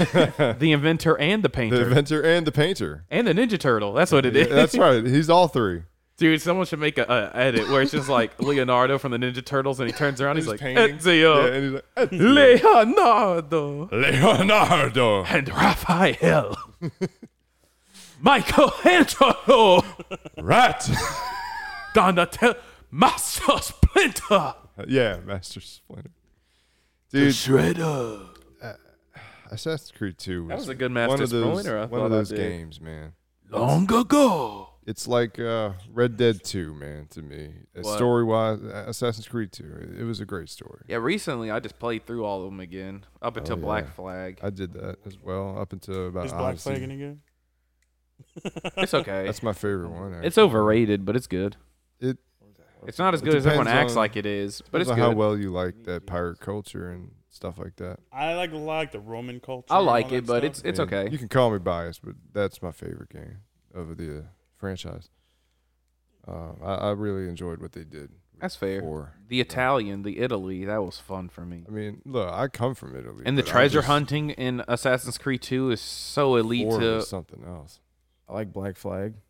B: the inventor and the painter.
A: the inventor and the painter.
B: and the Ninja Turtle. That's what it
A: Yeah,
B: is.
A: That's right. He's all three.
B: Dude, someone should make a, a edit where it's just like Leonardo from the Ninja Turtles, and he turns around, he's,
A: He's
B: like
A: painting.
B: Ezio,
A: Yeah, and he's like,
B: Leonardo,
A: Leonardo.
B: and Raphael, Michelangelo,
A: Right.
B: Donatello, Master Splinter.
A: Uh, yeah, Master Splinter. Dude,
B: Shredder.
A: Uh, Assassin's Creed 2 was,
B: That was a good
A: one
B: Master
A: of those,
B: Splinter, I
A: one
B: thought I
A: of those
B: did.
A: games, man.
B: Long
A: It's-
B: ago.
A: It's like uh, Red Dead 2, man, to me.
B: What?
A: Story wise, Assassin's Creed 2. It, it was a great story.
B: Yeah, recently I just played through all of them again, up until
A: Oh, yeah.
B: Black Flag.
A: I did that as well, up until about
H: Is Black
A: Odyssey.
H: Flag any good?
B: It's okay.
A: That's my favorite one.
B: It's
A: actually.
B: overrated, but it's good.
A: It-
B: it's not as
A: It
B: good as everyone
A: depends
B: acts
A: on-
B: like it is, but
A: depends
B: it's
A: on how
B: good.
A: well you like that pirate culture and stuff like that.
H: I like like the Roman culture.
B: I
H: and
B: like
H: all that
B: it, but
H: stuff.
B: it's it's
A: Yeah,
B: okay.
A: You can call me biased, but that's my favorite game of the uh, franchise. Uh, I, I really enjoyed what they did. with
B: That's fair.
A: Four.
B: The Italian, the Italy, that was fun for me.
A: I mean, look, I come from Italy,
B: And the
A: but I
B: treasure
A: just-
B: hunting in Assassin's Creed 2 is so elite
A: Four
B: to
A: was something else.
I: I like Black Flag.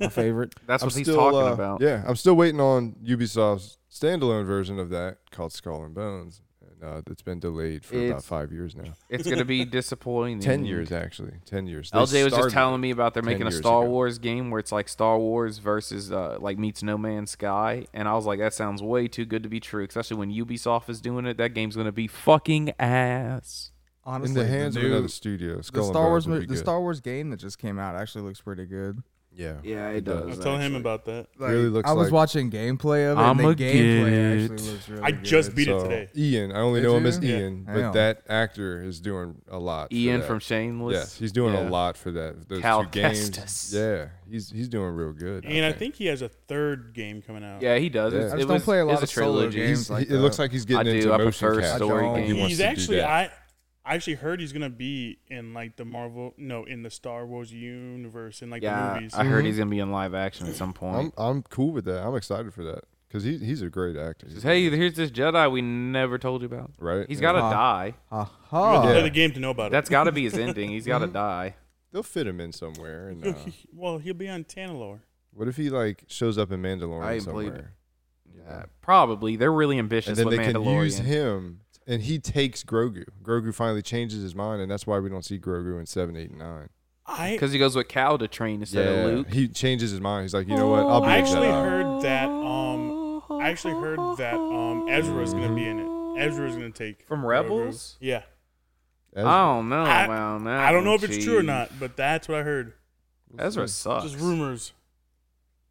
I: My favorite.
B: That's
A: I'm
B: what he's
A: still,
B: talking
A: uh,
B: about.
A: Yeah, I'm still waiting on Ubisoft's standalone version of that called Skull and Bones. And, uh, it's been delayed for about
B: It's-
A: five years now.
B: It's going to be disappointing.
A: Ten years actually. Ten years. They
B: LJ was just
A: started
B: telling me about they're
A: 10
B: making a
A: years
B: Star
A: ago.
B: Wars game where it's like Star Wars versus uh, like meets No Man's Sky, and I was like, that sounds way too good to be true. Especially when Ubisoft is doing it, that game's gonna be fucking ass.
E: Honestly,
A: in the hands of
E: new-
A: another studio. Skull
E: the
A: and
E: Star
A: Bones
E: Wars,
A: would
E: mo-
A: be
E: the
A: good.
E: Star Wars game that just came out actually looks pretty good.
A: Yeah.
B: Yeah, it
A: does.
H: I
B: does.
H: was telling him about that.
E: Like,
A: Really looks
E: I was
A: like-
E: watching gameplay of it.
B: I'ma
E: and the gameplay
B: get-
E: actually looks really
H: I
E: good.
H: just beat it
A: So,
H: today.
A: Ian, I only
E: Did
A: know him as
E: you? Yeah.
A: Ian, but
E: Damn.
A: that actor is doing a lot. for
B: Ian
A: that.
B: from Shameless.
A: Yes, he's doing
B: Yeah.
A: a lot for that. Those
B: Cal
A: two games.
B: Kestis.
A: Yeah, he's he's doing real good.
H: And I think he has a third game coming out.
B: Yeah, he does.
A: Yeah.
B: It's,
A: I
B: it
E: just
B: was,
E: don't play a lot
B: it's
E: of solo
B: trilogy.
E: games.
A: He's-
E: like
A: he- it looks
E: that.
A: like he's getting
B: I
A: into
B: do. I
A: motion
B: prefer
A: capture.
B: story
A: He
B: games.
A: wants
H: He's
A: to do
H: actually
A: that.
H: I I actually heard he's gonna be in like the Marvel no in the Star Wars universe in like the
B: yeah,
H: movies.
B: I heard he's gonna be in live action at some point.
A: I'm I'm cool with that. I'm excited for that because he he's a great actor.
B: Says, hey, here's this Jedi we never told you about.
A: right?
B: He's got to
E: Huh.
B: die.
E: Ha
H: You have
E: ha.
H: to play
A: Yeah.
H: the game to know about
B: That's got to be his ending. He's got to die.
A: They'll fit him in somewhere. And uh,
H: it. well, he'll be on Tantalor.
A: what if he like shows up in Mandalorian
B: I ain't
A: somewhere?
B: believe Uh, probably. They're really ambitious
A: and then
B: with
A: they can
B: Mandalorian.
A: use him, and he takes Grogu. Grogu finally changes his mind, and that's why we don't see Grogu in seven, eight, and nine.
H: I
B: because he goes with Cal to train instead of Luke.
A: He changes his mind. He's like, you know what? I'll be
H: Oh, I
A: a
H: actually
A: Jedi."
H: heard that um I actually heard that um Ezra's gonna be in it. Ezra's gonna take
B: From
H: Grogu.
B: Rebels? Ah,
H: Yeah.
A: Ezra.
B: I don't know.
H: I-
B: wow, now
H: I don't know if it's true or not, but that's what I heard.
B: Ezra sucks.
H: Just rumors.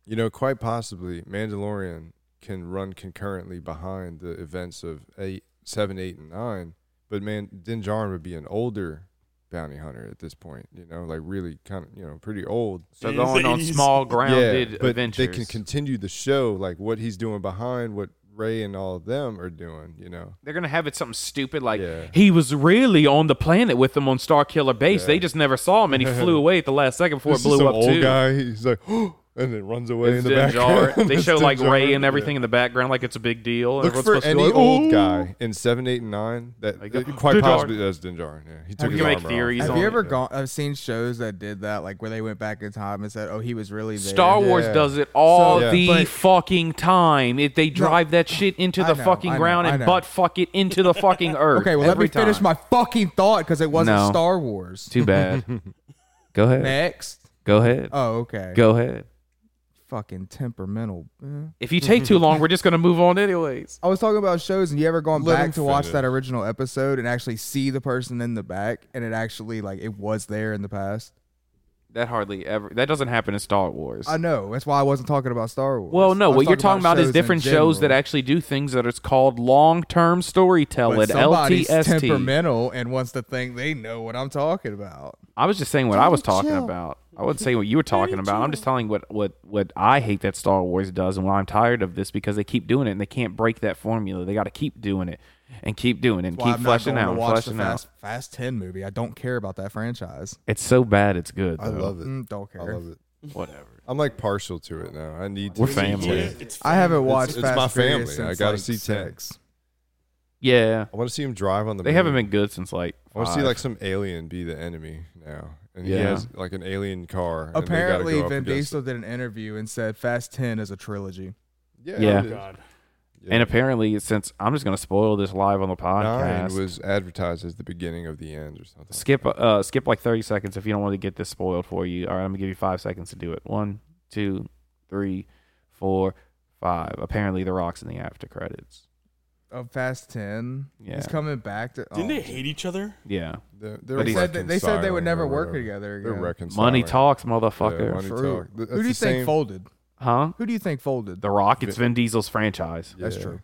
A: You know, quite possibly Mandalorian can run concurrently behind the events of eight, seven, eight, and nine. But man, Din Djarin would be an older bounty hunter at this point. You know, like really kind of you know pretty old.
B: so
H: He's-
B: going on
H: he's-
B: small grounded
A: yeah, but
B: adventures.
A: they can continue the show like what he's doing behind what Ray and all of them are doing. You know,
B: They're gonna have it something stupid like
A: Yeah.
B: he was really on the planet with them on Starkiller Base.
A: Yeah.
B: They just never saw him, and he flew away at the last second before
A: This
B: it
A: is
B: blew
A: some
B: up
A: old
B: too.
A: guy. He's like, and it runs away
B: It's
A: in the
B: Din Djarin.
A: background.
B: They
A: It's
B: show
A: Din
B: like Ray
A: Djarin.
B: and everything in the background, like it's a big deal.
A: Look
B: Everyone's
A: for
B: supposed to
A: any
B: be like,
A: old
B: "Ooh."
A: guy in seven, eight, and nine. That
B: Like,
A: that
B: oh,
A: quite
B: Din Djarin.
A: possibly that's Din Djarin. Yeah, he took his armor off.
E: Have you ever gone? I've seen shows that did that, like where they went back in time and said, "Oh, he was really there."
B: Star Wars does it all the fucking time. It, they drive that shit into
E: I
B: the
E: know,
B: fucking
E: I know,
B: ground
E: I
B: and
E: know.
B: butt fuck it into the fucking earth.
E: Okay, well, let
B: every
E: me finish
B: time.
E: my fucking thought because it wasn't
B: No.
E: Star Wars.
B: Too bad. Go ahead.
E: Next.
B: Go ahead.
E: Oh, okay.
B: Go ahead.
E: Fucking temperamental. eh.
B: If you take too long, we're just gonna move on anyways.
E: I was talking about shows, and you ever gone
B: Let him
E: back to watch
B: finish.
E: that original episode and actually see the person in the back, and it actually like it was there in the past.
B: That hardly ever. That doesn't happen in Star Wars.
E: I know that's why I wasn't talking about Star Wars.
B: Well, no.
E: I was
B: What you're talking about, is
E: shows in
B: different shows that
E: general.
B: actually do things that it's called long-term storytelling.
E: But somebody's
B: LTST.
E: temperamental and wants to think they know what I'm talking about.
B: I was just saying what I was
E: Daddy
B: talking
E: chill.
B: about. I wouldn't say what you were talking about. I'm just telling what what what I hate that Star Wars does and why I'm tired of this because they keep doing it and they can't break that formula. They got to keep doing it and keep doing it and
E: Why
B: keep
E: I'm not
B: fleshing
E: going
B: out
E: to
B: and
E: watch
B: fleshing
E: the
B: out.
E: Fast, Fast Ten movie. I don't care about that franchise.
B: It's so bad, it's good.
A: I
B: though.
A: love it.
E: Mm, don't
A: I
E: care.
A: love it.
B: Whatever.
A: I'm like partial to it now. I need. To
B: We're
A: see
B: family.
A: 10.
B: Yeah,
E: it's I haven't
A: It's-
E: watched
A: It's,
E: Fast
A: my
E: and Furious
A: family. I
E: since,
A: gotta
E: like,
A: see ten.
B: Yeah,
A: I want to see him drive on the.
B: they
A: moon.
B: haven't been good since like.
A: I want to see
B: five.
A: like some alien be the enemy now, and he
B: Yeah.
A: has like an alien car. and they gotta
E: Apparently,
A: go up
E: Vin
A: against
E: Diesel did an interview and said Fast Ten is a trilogy.
A: it. Yeah.
B: Yeah.
A: it is.
B: And apparently, since I'm just gonna spoil this live on the podcast,
A: Nine was advertised as the beginning of the end or something.
B: skip uh skip like 30 seconds if you don't want to get this spoiled for you all right i'm gonna give you five seconds to do it one two three four five apparently the rocks in the after credits
E: Of Fast Ten,
B: Yeah.
E: he's coming back to.
H: Didn't
E: oh.
H: they hate each other?
B: yeah
A: They're,
B: But
A: they
B: he's-
E: said that- they said they would never work together
A: They're
E: again. Money
A: reconciling.
B: money talks
A: Yeah,
B: motherfucker
A: money
E: For
A: talk.
E: Who
A: That's
E: do you
A: the
E: think
A: same-
E: folded?
B: huh
E: Who do you think folded?
B: the rock it's vin diesel's franchise
E: That's
A: Yeah.
E: true.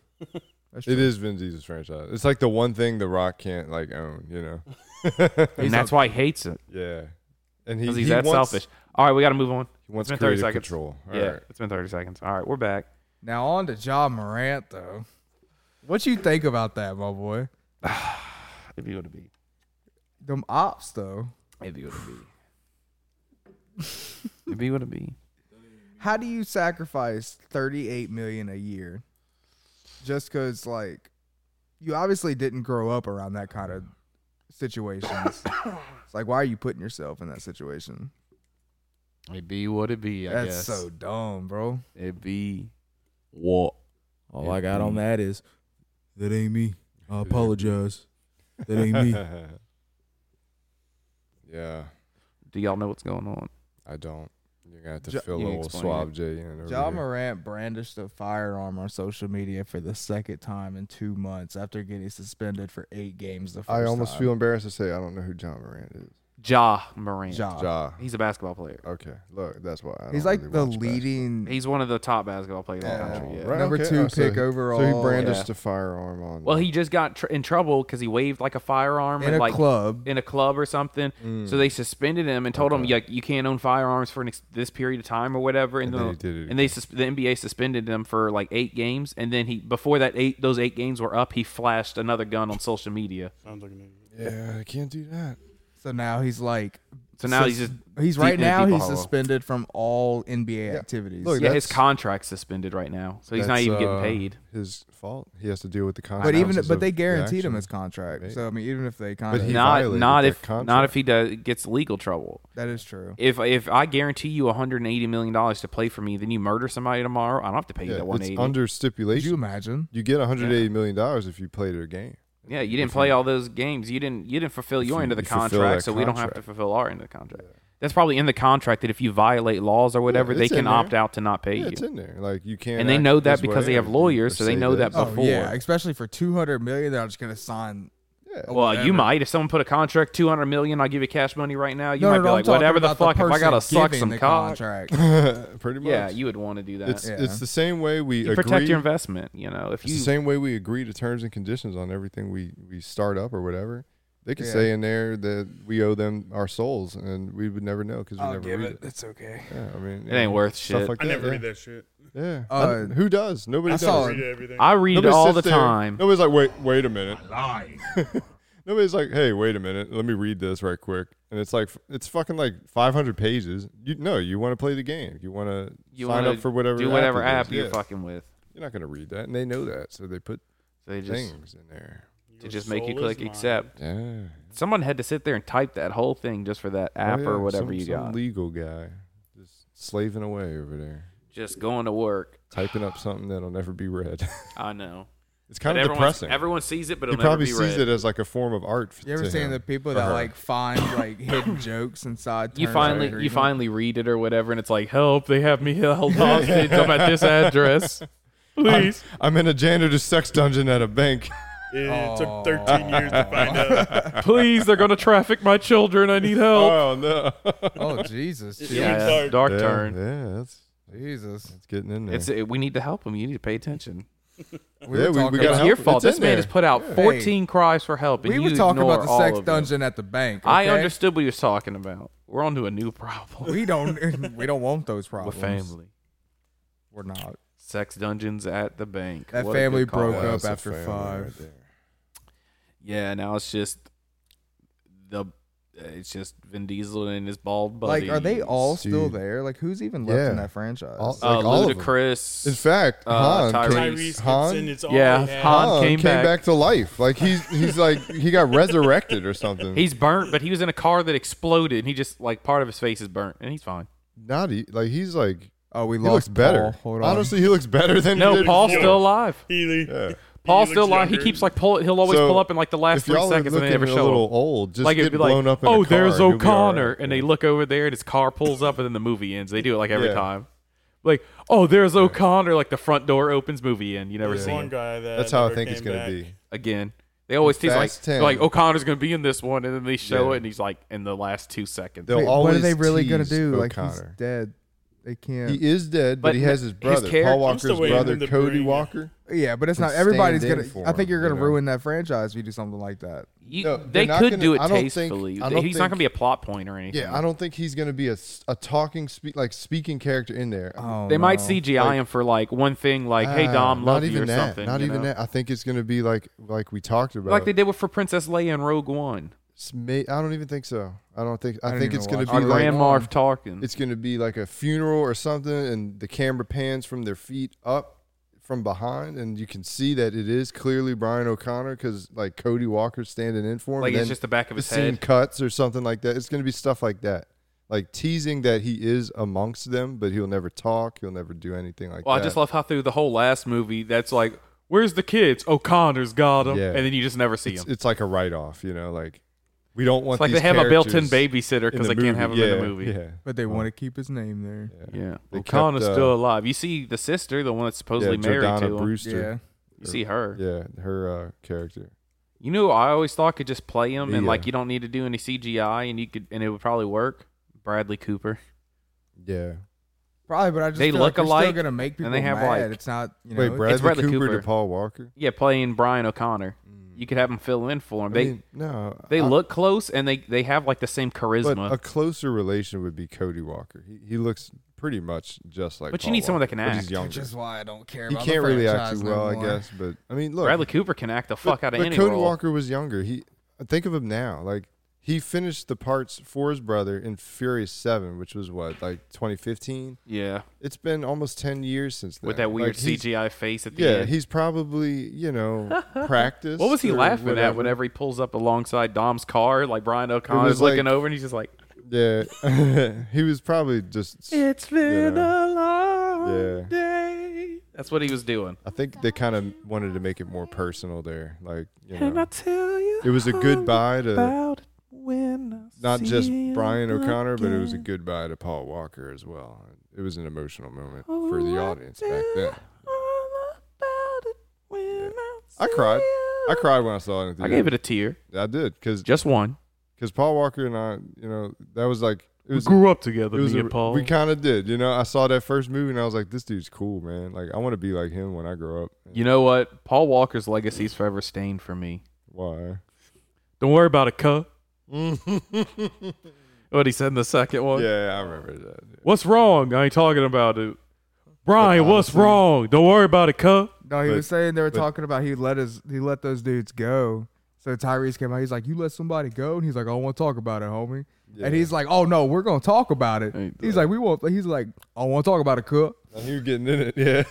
E: That's true.
A: It is Vin Diesel's franchise. It's like the one thing The Rock can't like own, you know.
B: and that's why he hates it
A: yeah, and he,
B: because
A: he
B: he's that
A: wants-
B: selfish all right we gotta move on
A: He wants
B: it's been 30
A: creative
B: seconds
A: control. All
B: yeah
A: right.
B: it's been 30 seconds all right we're back
E: Now on to Ja Morant though. What you think about that, my boy?
B: if you would be
E: Them ops though.
B: if you would be if you would be
E: How do you sacrifice thirty eight million a year just because like you obviously didn't grow up around that kind of situations? it's like why are you putting yourself in that situation?
B: it be what it be
E: That's so dumb, bro.
B: it be what
I: All I got on
B: Mm.
I: that is that ain't me. I apologize. That ain't me.
A: yeah,
B: do y'all know what's going on
A: I don't. You're gonna have to
E: Ja-
A: fill
B: you
A: a little
B: explain
A: swab
B: it.
A: J in. over
E: John
A: here.
E: Morant brandished a firearm on social media for the second time in two months after getting suspended for eight games. The first
A: I almost
E: time.
A: feel embarrassed to say I don't know who John Morant is.
B: Ja Morant.
E: Ja.
A: Ja.
B: He's a basketball player.
A: Okay, look, that's why. I don't
E: He's like
A: really
E: the
A: watch
E: leading
B: He's one of the top basketball players in the
A: basketball.
B: country. Yeah.
A: Right,
E: Number
A: okay.
E: two
A: Oh, so
E: pick
A: he- So he
E: overall.
A: brandished
B: Yeah.
A: a firearm on.
B: Well, he just got tr- in trouble because he waved like a firearm
E: in
B: and
E: a
B: like
E: club. Mm.
B: in a club or something. So they suspended him and told him like you can't own firearms for an ex- this period of time or whatever. And,
A: And then
B: the-
A: he did it
B: and they sus- the NBA suspended him for like eight games. And then he before that eight those eight games were up, he flashed another gun on social media.
H: Sounds like an idiot.
A: yeah, I can't do that.
E: So now he's like.
B: So now he's
E: sus-
B: just
E: he's
B: deep
E: right
B: in the
E: now
B: deep
E: he's
B: hollow.
E: suspended from all NBA
A: Yeah.
E: activities.
A: Look,
B: Yeah, his
A: That's-
B: contract's suspended right now, so he's not
A: That's,
B: even getting
A: uh,
B: paid.
A: His fault. He has to deal with the
E: but
A: consequences.
E: even but
A: of
E: they
A: the
E: guaranteed him
A: action.
E: his contract.
A: Right.
E: So I mean, even if they kind of
A: he-
B: Not
A: violated
B: not
A: that
B: if not
A: contract.
B: if he does, gets legal trouble.
E: that is true.
B: if if I guarantee you 180 million dollars to play for me, then you murder somebody tomorrow. I don't have to pay you
A: Yeah,
B: that 180.
A: it's under
E: Could you
A: stipulation.
E: imagine?
A: You get 180 million dollars if you played a game.
B: yeah, you didn't play all those games. You didn't you didn't fulfill your
A: you-
B: end of the
A: you fulfill
B: contract,
A: that
B: so we don't have to
A: contract.
B: fulfill our end of the contract. That's probably in the contract that if you violate laws or whatever,
A: Yeah,
B: they
A: it's
B: can
A: in there.
B: opt out to not pay
A: Yeah,
B: you.
A: it's in there. Like you can't.
B: And they
A: act
B: know that
A: this
B: because
A: way
B: they have
A: or-
B: lawyers,
A: or
B: so they
A: say
B: know that
A: this.
E: Oh yeah,
B: Before.
E: especially for two hundred million, they're just gonna sign.
B: Well, you might if someone put a contract 200 million, I'll give you cash money right now. You might be
E: I'm
B: like,
E: talking
B: whatever the
E: about
B: fuck. if I
E: person
B: gotta suck
E: giving
B: some
E: the
B: cock,
E: contract.
A: Pretty much.
B: yeah, you would want to do that.
A: It's
E: Yeah.
A: it's the same way we
B: you
A: agree.
B: protect your investment. You know, if
A: It's
B: you
A: the same way we agree to terms and conditions on everything we, we start up or whatever. They could
E: Yeah.
A: say in there that we owe them our souls, and we would never know because we
E: I'll
A: never
E: give
A: read
E: it.
A: it.
E: It's okay.
A: Yeah, I mean,
B: It ain't worth
A: stuff
B: shit.
A: Like
H: I
A: that,
H: never
A: yeah.
H: read that shit.
A: Yeah, I
E: Uh,
A: don't- who does? Nobody
E: I
A: does.
E: saw-
H: Read everything.
B: I read it
A: Nobody
B: all the
A: sits there-
B: time.
A: Nobody's like, wait, wait a minute. Nobody's like, hey, wait a minute, let me read this right quick. And it's like it's fucking like 500 pages. You no, you want to play the game. You want to
B: You
A: sign
B: wanna
A: up for whatever
B: do whatever
A: it is.
B: app you're
A: Yeah.
B: fucking with.
A: You're not gonna read that, and they know that, so they put
B: They just-
A: things in there.
B: to just make you
A: soul is
B: click accept. Someone had to sit there and type that whole thing just for that
A: Oh,
B: app
A: yeah,
B: or whatever
A: some-
B: you
A: some
B: got.
A: Legal guy, just slaving away over there,
B: Just going to work.
A: typing up something that'll never be read.
B: I know.
A: It's kind
B: But
A: of
B: everyone's-
A: depressing.
B: Everyone sees it, but
A: he
B: it'll never
A: probably
B: be
A: sees it
B: read.
A: as like a form of art. f-
E: You ever
A: to
E: seen
A: him
E: the people
A: or
E: that
A: her.
E: like find like hidden jokes inside?
B: You
E: terms of
B: finally-
K: you
E: agreement?
B: finally read it or whatever, and it's like,
K: help, they have me held hostage. I'm at this address. Please.
A: I'm, I'm in a janitor's sex dungeon at a bank.
H: It took 13 years to find out.
K: Please, they're going to traffic my children. I need help.
A: Oh no.
E: Oh Jesus!
K: It's
E: Jesus.
K: getting Yeah, dark. dark
A: yeah,
K: turn.
A: Yeah, that's
E: Jesus.
A: it's getting in there.
B: It's it, we need to help him. You need to pay attention.
E: We Yeah, were we- we talking gotta
B: it's
E: help
B: your
E: him.
B: fault.
E: It's
B: this
E: in
B: man
E: there.
B: has put out
E: Yeah.
B: 14 cries for help. And
E: We were
B: you
E: talking about
B: ignore
E: the
B: all
E: sex
B: of them.
E: dungeon at the bank,
B: I
E: okay?
B: understood what you were talking about. We're on to a new problem.
E: we don't we don't want those problems.
B: family.
E: We're not.
B: Sex dungeons at the bank.
E: That
B: What a
E: family
B: good call.
E: broke up That's a after family five. right
B: yeah, now it's just the it's just Vin Diesel and his bald buddy.
E: Like, are they all still
A: Dude.
E: there? Like, who's even left
A: Yeah.
E: in that franchise?
A: All-
B: Uh,
A: like all of them.
B: Ludacris,
A: In fact,
B: uh,
A: Han,
B: Tyrese.
A: Came,
B: Tyrese
A: Han,
B: Gibson, it's all Yeah, they had. Han
A: Oh,
B: came back.
A: to life. Like he's he's like he got resurrected or something.
B: He's burnt, but he was in a car that exploded, and he just like part of his face is burnt, and he's fine.
A: not e- like he's like
E: oh we
A: he
E: lost
A: looks better.
E: Paul. Hold on.
A: Honestly, he looks better than
B: No,
A: he did
B: Paul's
A: before.
B: still alive.
H: Healy.
B: Paul's still alive. He keeps like pull. He'll always
A: So,
B: pull up in like the last
A: if
B: three
A: y'all are
B: seconds, and they
A: looking
B: never
A: a
B: show
A: little
B: him.
A: old, just
B: like it'd
A: get
B: be like,
A: blown up in a
B: oh,
A: car
B: there's
A: and you'll be
B: O'Connor, and they look over there, and his car pulls up, and then the movie ends. They do it like every
K: Yeah.
B: time. Like, oh, there's O'Connor. Like the front door opens, movie end. You never
H: There's
B: see
H: one
B: him.
H: guy that
A: That's how I
H: never
A: think it's
H: came
A: gonna
H: back.
A: be.
B: again. They always tease like,
A: Fast
B: they're
A: 10.
B: like O'Connor's gonna be in this one, and then they show
A: Yeah.
B: it, and he's like in the last two seconds.
A: They'll Wait,
E: What are
A: always
E: they really gonna
A: tease
E: do? Like, he's
A: O'Connor.
E: dead. They can't.
A: He is dead, but,
B: But
A: he has his
B: his
A: brother,
B: character-
A: Paul
B: I'm still
A: Walker's
B: waiting for
A: brother,
B: them to
A: Cody
B: bring it.
A: Walker.
E: Yeah, but it's not.
A: Stand
E: Everybody's
A: in
E: gonna.
A: for
E: I think
A: him,
E: you're gonna
A: you know?
E: ruin that franchise if you do something like that.
B: You-
A: No, they're
B: they
A: not
B: could
A: gonna-
B: do it
A: I don't think-
B: tastefully.
A: I don't
B: he's not gonna
A: think-
B: be a plot point or anything.
A: Yeah, I don't think he's going to be a, s- a talking spe- like speaking character in there.
E: Oh,
B: They might
E: no.
B: CGI
A: Like-
B: him for like one thing, like "Hey
A: Ah,
B: Dom, love
A: not
B: you"
A: even
B: or
A: that,
B: something.
A: Not
B: you
A: even
B: know?
A: that. I think it's going to be like like we talked about.
B: like they did with for Princess Leia and Rogue One.
A: It's ma- I don't even think so. I don't think.
E: I
A: I,
E: don't
A: think
E: even
A: it's going
E: watch
A: to
B: Our
A: be like
B: Grand Marf Tarkin.
A: it's going to be like a funeral or something, and the camera pans from their feet up from behind, and you can see that it is clearly Brian O'Connor because like Cody Walker's standing in for him.
B: Like,
A: and then
B: it's just the back of his
A: the scene
B: head.
A: cuts or something like that. It's going to be stuff like that. Like teasing that he is amongst them, but he'll never talk. He'll never do anything like
B: Well,
A: that.
B: I just love how through the whole last movie, that's like, "Where's the kids? O'Connor's got them,"
A: Yeah.
B: and then you just never see
A: it's,
B: them.
A: it's like a write off, you know, like we don't want
B: It's like
A: these
B: they have a built-in
A: characters
B: babysitter 'cause
A: in the
B: they can't have
A: movie.
B: them in the
A: Yeah,
B: movie.
A: Yeah.
E: But they want to keep his name there.
B: Yeah,
A: They
B: O'Connor's
A: kept, uh,
B: still alive. You see the sister, the one that's supposedly
A: yeah,
B: married
A: Jordana
B: to him.
A: Brewster.
E: Yeah.
B: You see her.
A: Yeah, her uh, character.
B: You know, who I always thought could just play him, and
A: Yeah.
B: like you don't need to do any CGI, and you could, and it would probably work. Bradley Cooper.
A: Yeah.
E: Probably, but I just
B: They
E: feel
B: look
E: like you're
B: alike,
E: Still gonna make people
B: and they have,
E: mad.
B: like-
E: it's not. You know,
A: Wait,
E: it's-
A: Bradley,
B: Bradley
A: Cooper,
B: Cooper.
A: to Paul Walker.
B: Yeah, playing Brian O'Connor. You could have him fill in for him.
A: I
B: They
A: mean, no,
B: they
A: I-
B: look close, and they they have like the same
A: But uh,
B: charisma.
A: a closer relation would be Cody Walker. He, he looks pretty much just like.
B: But you
A: Paul
B: need someone that
A: Walker,
B: can
A: but
B: act.
A: He's younger.
E: Which is why I don't care.
A: he
E: about
A: can't
E: the
A: really act
E: franchise
A: too
E: no
A: well, I
E: more.
A: guess. But I mean, look,
B: Bradley Cooper can act the fuck
A: but,
B: out of
A: but
B: any
A: Cody
B: role.
A: Walker was younger. He think of him now. Like he finished the parts for his brother in Furious Seven, which was what like 2015.
B: yeah,
A: It's been almost 10 years since then.
B: with that weird
A: Like, he's-
B: CGI face at the
A: Yeah,
B: end.
A: he's probably you know practiced.
B: what was he
A: or
B: laughing
A: whatever.
B: at whenever he pulls up alongside Dom's car? Like Brian
A: was
B: O'Connor's
A: like-
B: looking over, and he's just like,
A: Yeah, he was probably just.
B: "It's been a long
A: Yeah.
B: day." That's what he was doing.
A: I think they kind of wanted to make it more personal there, like you
B: Can I
A: know,
B: tell you?
A: it was a
B: all
A: goodbye to
B: about it when I
A: not just
B: see
A: Brian
B: you
A: O'Connor, but it was a
B: again.
A: goodbye to Paul Walker as well. It was an emotional moment
B: Oh,
A: for the audience back then. I cried. I cried when I saw it. in the
B: I gave it
A: theater.
B: a tear,
A: I did because
B: just one.
A: because Paul Walker and I, you know, that was like it was
K: grew up together,
A: it was
K: me
A: a-
K: and Paul.
A: We kind of did, you know. I saw that first movie and I was like, "This dude's cool, man. Like, I want to be like him when I grow up."
B: You know what? Paul Walker's legacy is forever stained for me.
A: Why?
K: Don't worry about it, cuh.
A: yeah,
K: What he said in the second one.
A: I remember that.
K: What's wrong? I ain't talking about it. Brian, what's
A: honestly-
K: wrong? Don't worry about it, cuh.
E: No, he
A: But-
E: was saying they were
A: but-
E: talking about he let his he let those dudes go. So Tyrese came out. He's like, "You let somebody go," and he's like, "I don't want to talk about it, homie."
A: Yeah.
E: And he's like, "Oh no, we're gonna talk about it." He's like, "We won't." He's like, "I want to talk about it, cook."
A: Now he was getting in it, yeah.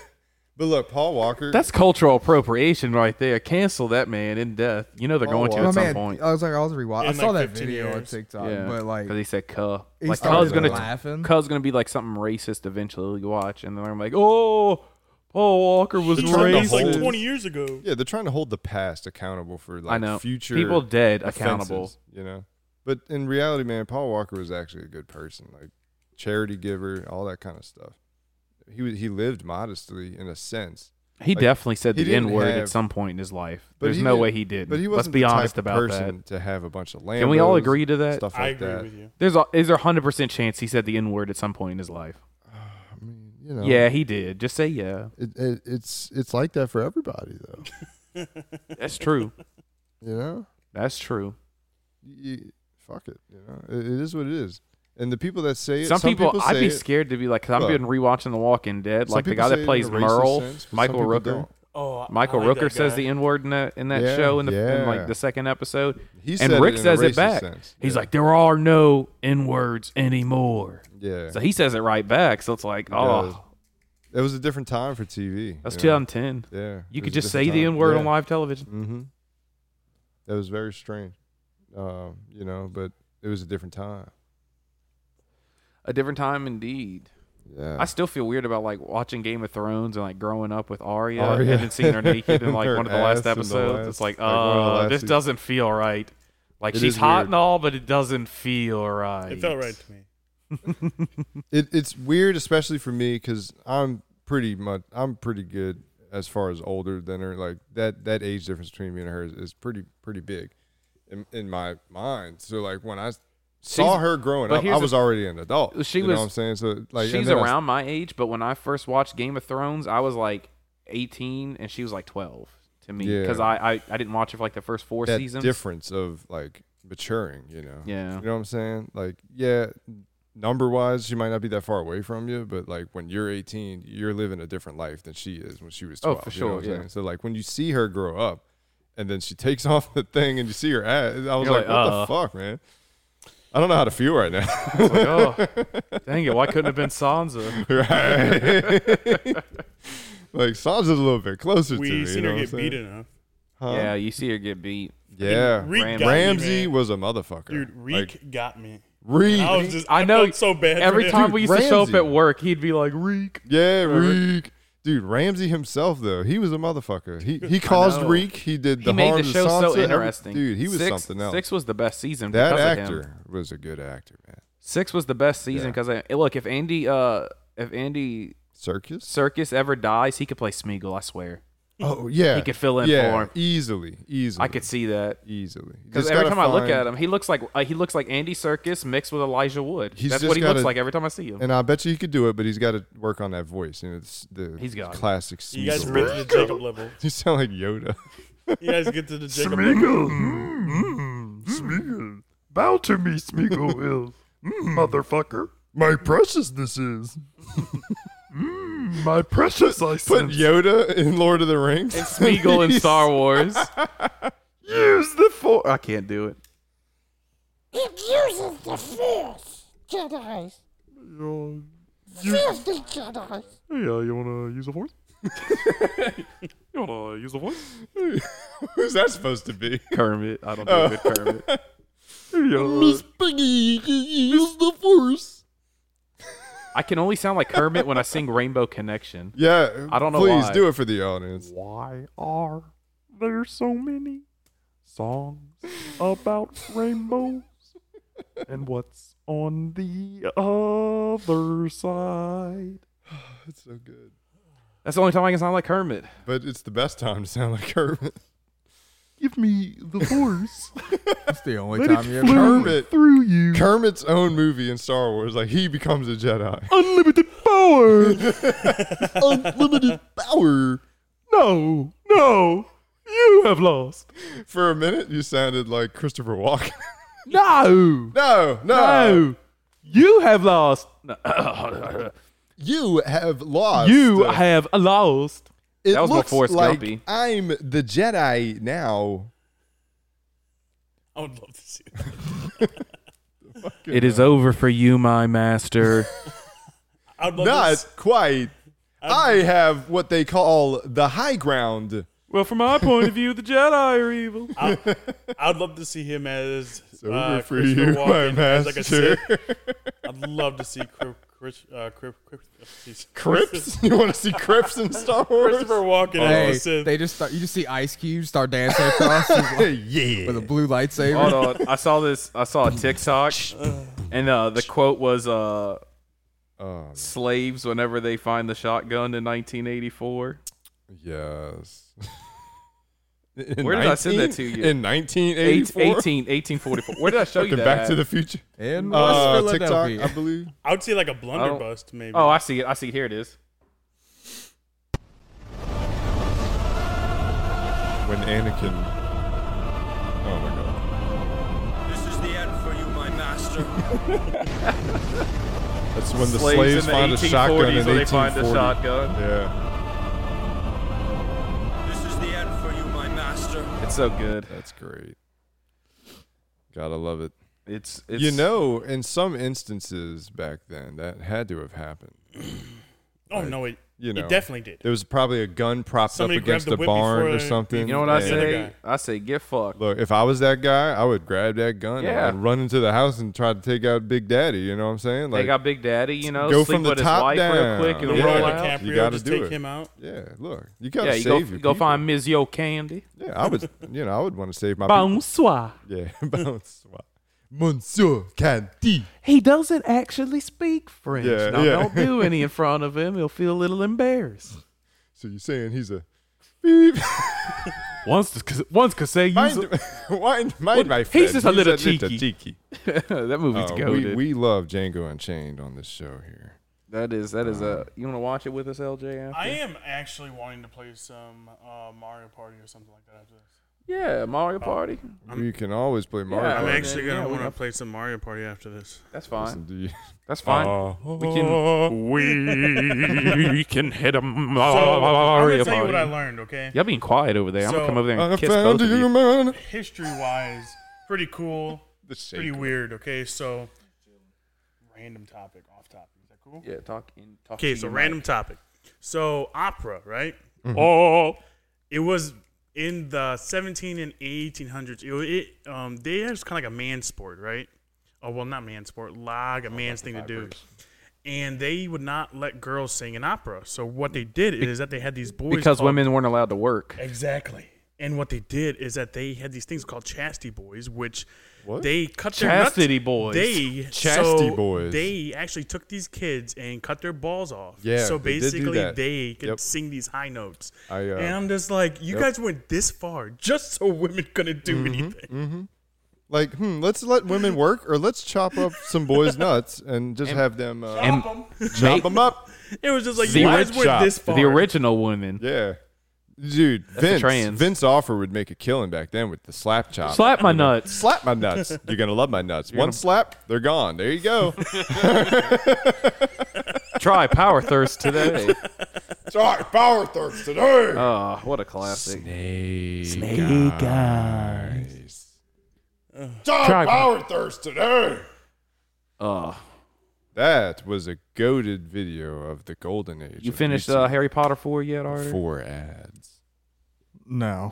A: But look, Paul Walker.
B: That's cultural appropriation right there. Cancel that man in death. You know they're going to
E: Oh, My
B: at some
E: man,
B: point.
E: I was like, I was rewatching. I
H: In,
E: saw
H: like,
E: that
H: 15
E: video on
H: years.
E: TikTok, but like,
B: because he said "cuh,"
E: he
B: like
E: started
B: "cuh's gonna
E: laughing.
B: "cuh's gonna be like something racist eventually." You watch, and then I'm like, "Oh, Paul Walker was
H: He turned
B: racist."
H: off like 20 years ago.
A: Yeah, they're trying to hold the past accountable for like
B: I know.
A: future
B: People dead
A: offenses,
B: accountable.
A: You know, but in reality, man, Paul Walker was actually a good person, like charity giver, all that kind of stuff. He was, he lived modestly in a sense.
B: He
A: Like,
B: definitely said
A: he
B: the
A: didn't
B: N word
A: have-
B: at some point in his life.
A: But
B: There's no
A: didn't-
B: way he didn't.
A: But he
B: Let's
A: wasn't
B: be
A: the
B: honest
A: type of
B: about
A: person
B: that.
A: to have a bunch of land.
B: Can we all agree to that?
A: Stuff like
H: I agree
A: that.
H: with you.
B: There's a, is there hundred percent chance he said the N word at some point in his life?
A: You know,
B: yeah, he did. Just say yeah.
M: It, it, it's it's like that for everybody though.
B: That's true.
A: you know,
B: That's true.
A: you, fuck it. You know, it, it is what it is. And the people that say it,
B: Some, people, I'd
A: say
B: be
A: it,
B: scared to be like, because I've
A: Look.
B: been rewatching The Walking Dead.
A: Some
B: Like the
A: people
B: guy
A: say it
B: that
A: in
B: plays
A: a racist
B: Merle,
A: sense, but some
B: Michael
A: people
B: Rooker.
A: don't.
H: Oh, I-
B: Michael
H: I like
B: Rooker
H: that
B: says
H: guy.
B: the N word in that in that
A: Yeah,
B: show in the in
A: yeah.
B: like the second episode.
A: He
B: and
A: said it
B: Rick
A: in a
B: says
A: racist
B: it back.
A: sense,
B: He's
A: yeah.
B: like, there are no N words anymore.
A: Yeah.
B: So he says it right back. So it's like,
A: does.
B: oh,
A: It was a different time for TV.
B: That's
A: you know?
B: 2010.
A: Yeah,
B: You
A: it
B: could
A: was a
B: just say
A: different
B: the
A: time.
B: N-word on
A: Yeah.
B: live television.
A: Mm-hmm. That was very strange, um, you know. But it was a different time.
B: a different time indeed.
A: Yeah.
B: I still feel weird about like watching Game of Thrones and like growing up with Arya,
A: Arya.
B: and then seeing her naked in like
A: Her
B: one of the
A: ass
B: last
A: in the
B: episodes. it's
A: last-
B: like,
A: like, one of the
B: oh,
A: last
B: this
A: seasons.
B: doesn't feel right. Like
A: It
B: she's
A: is
B: hot
A: weird.
B: and all, but it doesn't feel right.
H: It felt right to me.
A: It, it's weird, especially for me, because I'm pretty much I'm pretty good as far as older than her. Like that that age difference between me and her is, is pretty pretty big, in, in my mind. So like when I saw
B: She's-
A: her growing
B: but
A: up, I
B: here's
A: was
B: the-
A: already an adult.
B: She
A: you
B: was.
A: know what I'm saying. So like and
B: she's
A: then I-
B: around my age, but when I first watched Game of Thrones, I was like 18 and she was like 12 to me
A: Yeah.
B: because I, I I didn't watch it for like the first four
A: that
B: seasons.
A: difference of like maturing, you know.
B: Yeah.
A: You know what I'm saying? Like, yeah, number wise, she might not be that far away from you, but like when you're 18, you're living a different life than she is when she was
B: Oh,
A: 12.
B: for
A: you know what
B: sure,
A: I'm
B: yeah.
A: saying? So like when you see her grow up, and then she takes off the thing, and you see her ass. I was
B: You're
A: like,
B: like,
A: what
B: uh.
A: the fuck, man? I don't know how to feel right now.
B: It's like, oh, dang it! Why couldn't it have been Sansa?
A: right. like Sansa's a little bit closer
H: We
A: to me. you
H: seen
A: know
H: her
A: what I'm
H: get beat
A: saying?
H: enough.
A: Huh?
B: Yeah, you see her get beat.
A: Yeah,
H: Reek
A: Ram-
H: got me,
A: Ramsey
H: man.
A: was a motherfucker.
H: Dude,
A: Like,
H: Reek got me.
A: Reek.
H: I was just.
B: I know
H: felt so bad. for
B: Every
H: him.
B: time we used to show up
A: Ramsey.
B: at work, he'd be like, "Reek."
A: Yeah,
B: Or-
A: Reek. Dude, Ramsey himself though, he was a motherfucker. He he caused
B: know.
A: Reek. He did the
B: he made
A: harm
B: the
A: to
B: show
A: Sansa,
B: so
A: every-
B: interesting.
A: Dude, he was
B: Six-
A: something else.
B: Six was the best season.
A: that
B: because
A: actor
B: Of him.
A: was a good actor, man.
B: Six was the best season
A: Yeah.
B: because look, if Andy, uh, if Andy
A: Circus.
B: Circus ever dies, he could play Smeagol. I swear.
A: Oh yeah,
B: he could fill in
A: yeah,
B: for him.
A: easily, easily.
B: I could see that
A: easily
B: because
A: Just
B: every
A: gotta
B: time I look
A: find-
B: at him, he looks like uh, he looks like Andy Circus mixed with Elijah Wood.
A: he's
B: That's
A: just
B: what he
A: gotta-
B: looks like every time I see him.
A: And I bet you he could do it, but he's got to work on that voice. You know, it's the
B: He's got it.
A: classic.
H: You guys
A: Smeagol.
H: get to the Jacob level.
A: You sound like Yoda.
H: You guys get to the Jacob
F: Smeagol.
H: level.
F: Smeagol. Bow to me, Smeagol will. Mm, motherfucker. My precious this is. mm, my precious I
A: Put
F: sense.
A: Yoda in Lord of the Rings.
B: And Smeagol in Star Wars. Use the four. I can't do it.
F: It uses the Force, Jedi. You,
N: Filthy Jedi.
F: hey, uh, you wanna use the Force? you wanna use the Force?
A: Who's that supposed to be?
B: Kermit. I don't do
A: Oh.
B: good Kermit.
F: Miss Piggy, use the Force.
B: I can only sound like Kermit when I sing Rainbow Connection.
A: Yeah,
B: I don't know
A: Please
B: why.
A: do it for the audience.
F: Why are there so many songs about rainbows? and what's on the other side?
A: It's so good.
B: That's the only time I can sound like Kermit.
A: But it's the best time to sound like Kermit.
F: Give me the force.
E: That's the only
F: Let it
E: time you
F: flew
E: ever.
A: Kermit
F: through you.
A: Kermit's own movie in Star Wars, like he becomes a Jedi.
F: Unlimited power. Unlimited
A: power.
F: No, no, you have lost.
A: For a minute, you sounded like Christopher Walken.
B: No,
A: no, no,
B: no. You have lost.
A: you have lost.
B: You
A: Uh,
B: have lost.
A: It
B: that was
A: looks
B: before
A: like
B: Scumpy.
A: I'm the Jedi now.
H: I would love to see that.
O: It is over for you, my master.
H: I'd love to
A: Not
H: s-
A: quite.
B: Um,
A: I have what they call the high ground.
O: Well, from my point of view, the Jedi are evil.
H: I, I'd love to see him as
A: over
H: uh,
A: for
H: Christopher
A: you,
H: Walken
A: my
H: as like a
A: master.
H: Sith. I'd love to see Cri- Chris, uh, Cri- Cri- uh, jeez.
A: Crips? You want to see Crips in Star Wars?
H: Christopher Walken
E: Hey,
H: as a Sith.
E: they just start, you just see Ice Cube start dancing across, his-
A: yeah,
E: with a blue lightsaber.
B: Hold on. I saw this. I saw a TikTok, and uh, the quote was, uh,
A: oh,
B: "Slaves, whenever they find the shotgun in 1984."
A: Yes.
B: Where did I send that to you?
A: In 1984?
B: Eight- 18, 1844. Where did I show you
A: Fucking
B: that?
A: Back
B: at?
A: to the Future.
B: Uh,
A: uh, TikTok, I believe.
H: I would say like a
B: I don't-
H: blunderbuss, maybe.
B: Oh, I see it. I see. it. Here it is.
A: When Anakin. Oh my god.
C: This is the end for you, my master.
A: That's when the
B: Slaves
A: slaves,
B: in the
A: find a shotgun
B: 1840s
A: in
B: when they find
A: 1840.
B: a shotgun.
A: Yeah.
C: this is the end for you, my master.
B: It's so good.
A: That's great. Gotta love it.
B: It's,
A: you
B: it's-
A: know, in some instances back then, that had to have happened.
H: Oh, no, it-
A: you
H: it
A: know,
H: definitely did.
A: There was probably a gun propped
H: Somebody
A: up
H: grabbed
A: against
H: the
A: a
H: whip
A: barn
H: before-
A: or something.
B: You know what I
A: and-
B: say? I say get fucked.
A: Look, if I was that guy, I would grab that gun
B: Yeah.
A: and I'd run into the house and try to take out Big Daddy. You know what I'm saying?
B: They got Big Daddy, you know,
A: go
B: sleep
A: from the
B: with his
A: top
B: wife real
A: down.
B: quick and
A: Yeah.
B: roll
A: Leonardo
B: out.
A: DiCaprio, You gotta
H: just
A: do
H: take
A: it.
H: him out.
A: Yeah, look, you gotta
B: yeah, you go,
A: save your
B: go
A: people.
B: find Ms. Yo Candy.
A: Yeah, I would. You know, I would want to save my. people.
B: Bonsoir.
A: Yeah, bonsoir. Monsieur Candy.
B: He doesn't actually speak French.
A: Yeah,
B: now,
A: yeah.
B: don't do any in front of him. He'll feel a little embarrassed.
A: So you're saying he's a
B: Once, once, cause say
A: mind, mind, mind my
B: He's
A: friend.
B: just a little cheeky. That movie's
A: Oh, Uh, We,
B: goated.
A: we love Django Unchained on this show here.
B: That is that is a. You want to watch it with us, LJ? After?
H: I am actually wanting to play some uh, Mario Party or something like that after this.
B: Yeah, Mario Party.
A: you can always play Mario.
H: I'm
A: Party.
H: actually gonna
B: yeah, we
H: want to
B: have-
H: play some Mario Party after this.
B: That's fine.
A: Listen, do you-
B: That's fine.
A: Oh.
B: we can we can hit him.
H: So, I'm gonna tell you what I learned. Okay.
B: Y'all being quiet over there. I'm gonna
H: So-
B: come over there and kiss both of you.
H: History wise, pretty cool. pretty
B: shaker.
H: weird. Okay, so random topic, off topic. Is that cool?
B: Yeah, talk in. Talk
H: Okay,
B: to
H: so
B: your
H: random
B: mic.
H: topic. So opera, right?
B: Mhm.
H: Oh, it was in the 17 and 1800s. It, wa- it um, they had kind of like a man sport, right? Oh well, not man sport,
B: Oh,
H: like a man's thing to do. And they would not let girls sing in opera. So what they did is that they had these boys
B: Because
H: called-
B: women weren't allowed to work.
H: Exactly. And what they did is that they had these things called chastity boys, which
B: What?
H: they cut
B: Chastity
H: their nuts.
B: boys.
H: They
A: Chastity
H: so
A: boys.
H: They actually took these kids and cut their balls off.
A: Yeah,
H: So
A: they did do
H: basically,
A: that.
H: they could
A: Yep.
H: sing these high notes.
A: I, uh,
H: and I'm just like, you
A: yep. Mm-hmm.
H: guys went this far just so women couldn't do anything.
A: Like, hmm, let's let women work, or let's chop up some boys' nuts and just have them uh,
H: And-
A: chop them up.
H: It was just like, you guys went this far.
B: The original women.
A: Yeah. Dude,
B: That's a
A: Vince,
B: trans.
A: Vince Offer would make a killing back then with the slap chop.
B: Slap my
A: You know,
B: nuts.
A: Slap my nuts. You're going to love my nuts.
B: You're
A: One
B: gonna-
A: slap, they're gone. There you go.
B: Try power thirst today.
A: Sorry, power thirst today.
B: Oh, what a classic.
A: Snake,
B: Snake
A: eyes.
B: Try Try power
A: thirst today.
B: Oh.
A: That was a goaded video of the golden age.
B: You
A: of
B: finished
A: YouTube.
B: uh, Harry Potter 4 yet, Arthur?
A: Four ads.
E: No,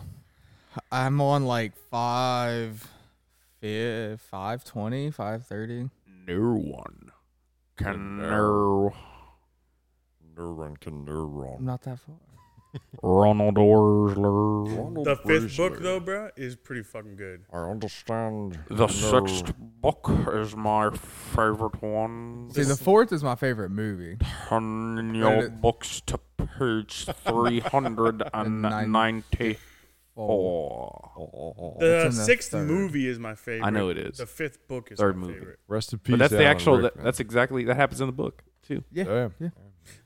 E: I'm on like five, fi- five twenty, five thirty.
B: No one can
A: know. No one can know
E: I'm
A: wrong.
E: not that far.
B: Ronald Orsler.
H: The fifth book, though, bro, is pretty fucking good.
A: I understand.
B: The sixth book is my favorite one.
E: See, the fourth is my favorite movie.
B: Turn in
E: And
B: your
E: it-
B: books to page 394.
H: The sixth movie is my favorite.
B: I know it is.
H: The fifth book is
B: Third
H: my
B: movie.
H: favorite.
A: Rest in peace,
B: But that's the
A: Alan
B: actual. That,
A: Rickman.
B: that's exactly that happens in the book too.
E: Yeah.
A: Damn.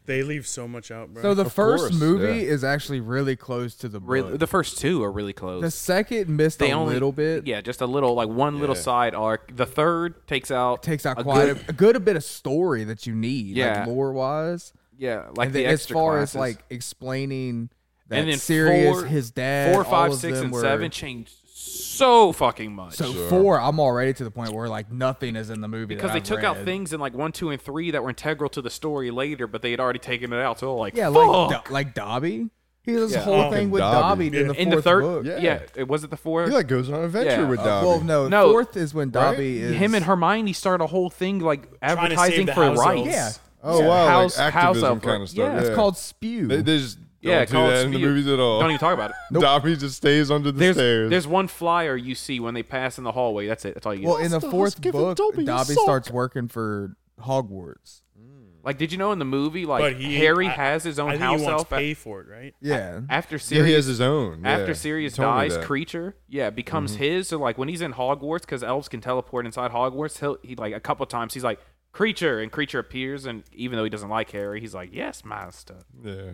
H: They leave so much out, bro.
E: So the first
B: course,
E: movie
B: yeah.
E: is actually really close to the book.
B: Really, the first two are really close.
E: The second missed a little bit.
B: Yeah, just a little, like one little
E: Yeah.
B: side arc. The third takes out
E: takes out
B: a
E: quite
B: good-
E: a, a good bit of story that you need,
B: Yeah.
E: like lore wise.
B: Yeah, like
E: and
B: the
E: then as
B: extra
E: far
B: classes.
E: as like explaining that
B: and then
E: Sirius,
B: four,
E: his dad,
B: four,
E: all
B: five,
E: of
B: six,
E: them
B: and
E: were-
B: seven changed so fucking much.
E: So four, I'm already to the point where like nothing is in the movie that
B: because they
E: I've
B: took out
E: read.
B: things in like one, two, and three that were integral to the story later, but they had already taken it out. So like,
E: Yeah,
B: fuck.
E: like Do- like Dobby. He does this
B: Yeah.
E: whole thing with Dobby, in the fourth
B: third,
E: book.
B: Yeah. it was it the fourth.
E: He, like, goes
A: on an adventure with Dobby.
E: well, no,
B: Uh, No.
E: fourth is when Dobby is
B: him and Hermione start a whole thing like
E: to save
B: advertising
E: the
B: for
E: house
B: rights.
E: elves. Yeah.
A: Oh
B: Yeah.
A: wow,
B: House-
A: like
B: house
A: activism
B: elf-
A: kind of stuff.
B: yeah, it's called spew.
A: They, they just
B: Yeah,
A: don't do
B: called
A: that in the
B: spew.
A: movies at all.
B: Don't even talk about it. Nope.
A: Dobby just stays under the
B: There's
A: stairs.
B: there's one flyer you see when they pass in the hallway. That's it. That's all you.
E: well
B: get.
E: in the fourth book. Dobby,
B: sock.
E: starts working for Hogwarts.
B: Like, did you know in the movie, like
E: But he-
B: Harry
E: I-
B: has his own
E: I think he
B: house
E: wants
B: elf?
E: to pay
H: for it, right?
E: Yeah.
B: After
A: Yeah,
B: Sirius,
A: he has his own, yeah.
B: After Sirius
A: He told me
B: dies,
A: that.
B: creature, yeah, becomes
A: Mhm.
B: his. So like when he's in Hogwarts, because elves can teleport inside Hogwarts, he'll he like a couple times he's like creature, and creature appears, and even though he doesn't like Harry, he's like yes, master.
A: Yeah.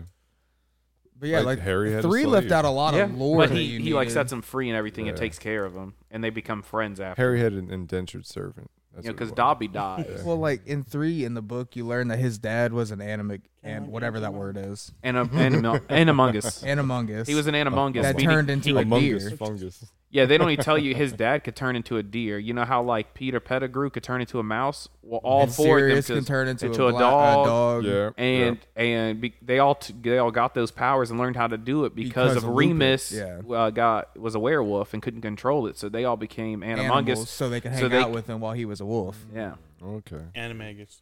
E: But yeah, like,
A: Harry had a
E: three left
A: slave.
E: out a lot of lore
B: But
E: that
B: he,
E: you
B: he like
E: needed.
B: sets him free and everything, and
A: Yeah.
B: takes care of him, and they become friends after.
A: Harry had an indentured servant. That's
B: You know,
A: what it
B: 'cause
A: was.
B: Dobby dies.
E: Well, like in three in the book, you learn that his dad was an animic and whatever that word is.
B: And a- animo- animungus.
E: Animungus.
B: He was an animungus.
E: That
B: meaning
E: turned into
B: he-
E: a deer.
B: Yeah, they don't even tell you his dad could turn into a deer. You know how like Peter Pettigrew could turn into a mouse. Well, all
E: And
B: four
E: Sirius
B: of them
E: can
B: could-
E: turn into a
B: a,
E: bla- a
A: Oh,
B: dog.
E: dog. Yeah,
B: and and be, they all t- they all got those powers and learned how to do it because,
E: Because
B: of
E: of
B: Remus.
E: Lupin,
B: uh, got was a werewolf and couldn't control it, so they all became animungus.
E: Animals, so they could hang out with him while he was a wolf.
B: Yeah.
A: Okay.
H: Animagus.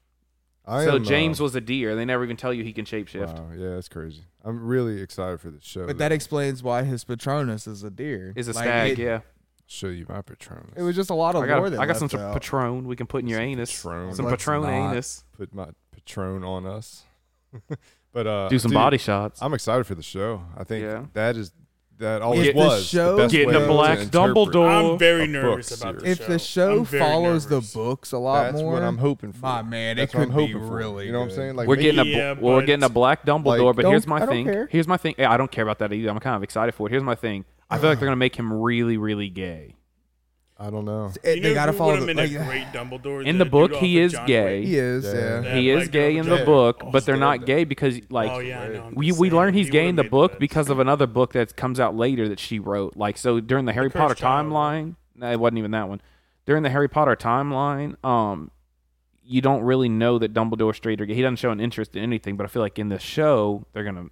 A: I
B: so
A: am, uh,
B: James was a deer. They never even tell you he can shapeshift.
A: Wow, yeah, that's crazy. I'm really excited for this show.
E: But that explains why his Patronus is a deer.
B: Is a
E: Like,
B: stag,
E: it-
B: yeah.
A: Show you my Patronus.
E: It was just a lot of
B: I got,
E: lore that
B: I got some
E: left out.
B: Patron we can put in your anus. Some
A: Let's
B: Patron
A: not
B: anus.
A: Put my Patron on us. but uh,
B: Do some body shots.
A: I'm excited for the show. I think
B: Yeah.
A: that is that always
E: If the
A: was
E: show-
A: the best
E: Getting
A: way
E: a
A: to
E: black
A: interpret
E: Dumbledore. I'm very
A: a
E: nervous
A: book
E: about
A: series.
E: If the show I'm very follows the nervous. books a lot
A: That's
E: more,
A: what I'm hoping for.
E: my man, it
A: That's what I'm
E: could be
A: hoping for.
E: really
A: You know what I'm
E: good.
A: saying? Like
B: we're
A: maybe-
B: getting a bl- well, we're getting a black Dumbledore,
A: Like,
B: but here's
A: don't-
B: my
A: I don't
B: thing.
A: care.
B: Here's my thing. Yeah, I don't care about that either. I'm kind of excited for it. Here's my thing. I feel like they're gonna make him really, really gay.
A: I don't know.
E: It-
H: You
E: they
H: know
E: gotta
H: who
E: follow
H: would've
E: the-
H: been
E: like-
H: a great Dumbledore.
B: In the book,
H: dude
B: he
H: off of
B: is
H: John
B: gay.
H: Wick?
E: He is, yeah.
H: That
B: He is
H: black
B: gay
H: Dumbledore.
B: in the
H: Yeah.
B: book,
H: Oh,
B: but they're
H: still
B: not
H: dead.
B: gay because like
H: Oh, yeah, I know. I'm
B: we
H: just
B: we
H: saying,
B: learn he's
H: he
B: gay in
H: would've
B: the
H: made
B: book
H: best.
B: because of another book that comes out later that she wrote. Like so during the Harry
H: Cursed
B: Potter
H: Child.
B: timeline, no, it wasn't even that one. During the Harry Potter timeline, um, you don't really know that Dumbledore's straight or gay. He doesn't show an interest in anything, but I feel like in the show they're gonna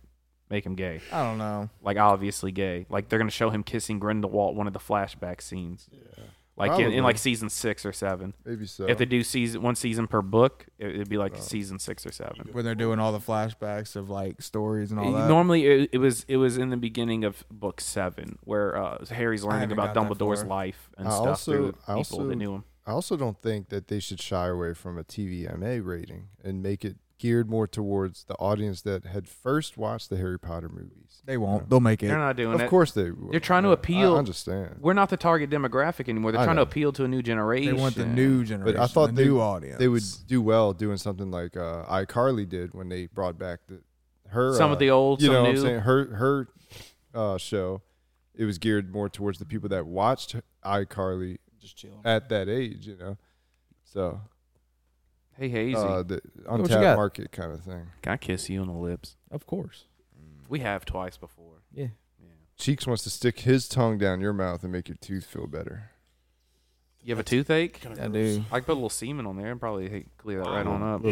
B: make him gay.
E: I don't know.
B: Like obviously gay. Like they're gonna show him kissing Grindelwald one of the flashback scenes. Yeah. Like in, in
A: Probably.
B: like season six or seven.
A: Maybe so. Oh.
B: If they do season one season per book, it, it'd be like season six or seven.
E: when they're doing all the flashbacks of like stories and all that.
B: Normally, it, it was it was in the beginning of book seven where uh, Harry's
E: I
B: learning
E: haven't
B: about
E: got that
B: Dumbledore's
E: far.
B: life and
A: I
B: stuff
A: also-
B: through people
A: I also-
B: that knew him.
A: I also don't think that they should shy away from a TVMA rating and make it geared more towards the audience that had first watched the Harry Potter movies.
E: They won't. They'll make it.
B: They're not doing
A: Of
B: it.
A: course they will.
B: They're trying to
A: Yeah, I
B: appeal.
A: understand.
B: We're not the target demographic anymore. They're
A: I
B: trying
A: know.
B: to appeal to a new generation.
A: But I thought
E: the
A: they,
E: new audience.
A: they would do well doing something like uh, iCarly did when they brought back the her
B: Some
A: uh,
B: of the old,
A: You
B: some
A: know what
B: new.
A: I'm saying? Her her uh, show, it was geared more towards the people that watched iCarly at that age. You know, so
B: Hey, Hazy.
A: uh, the
B: What you
A: untapped
B: got?
A: market kind of thing.
B: Can I kiss you on the lips?
I: Of course.
B: We have twice before.
I: Yeah.
A: Cheeks wants to stick his tongue down your mouth and make your tooth feel better.
B: You have a toothache?
I: I do.
B: I can put a little semen on there and probably clear that right
A: Oh.
B: on up.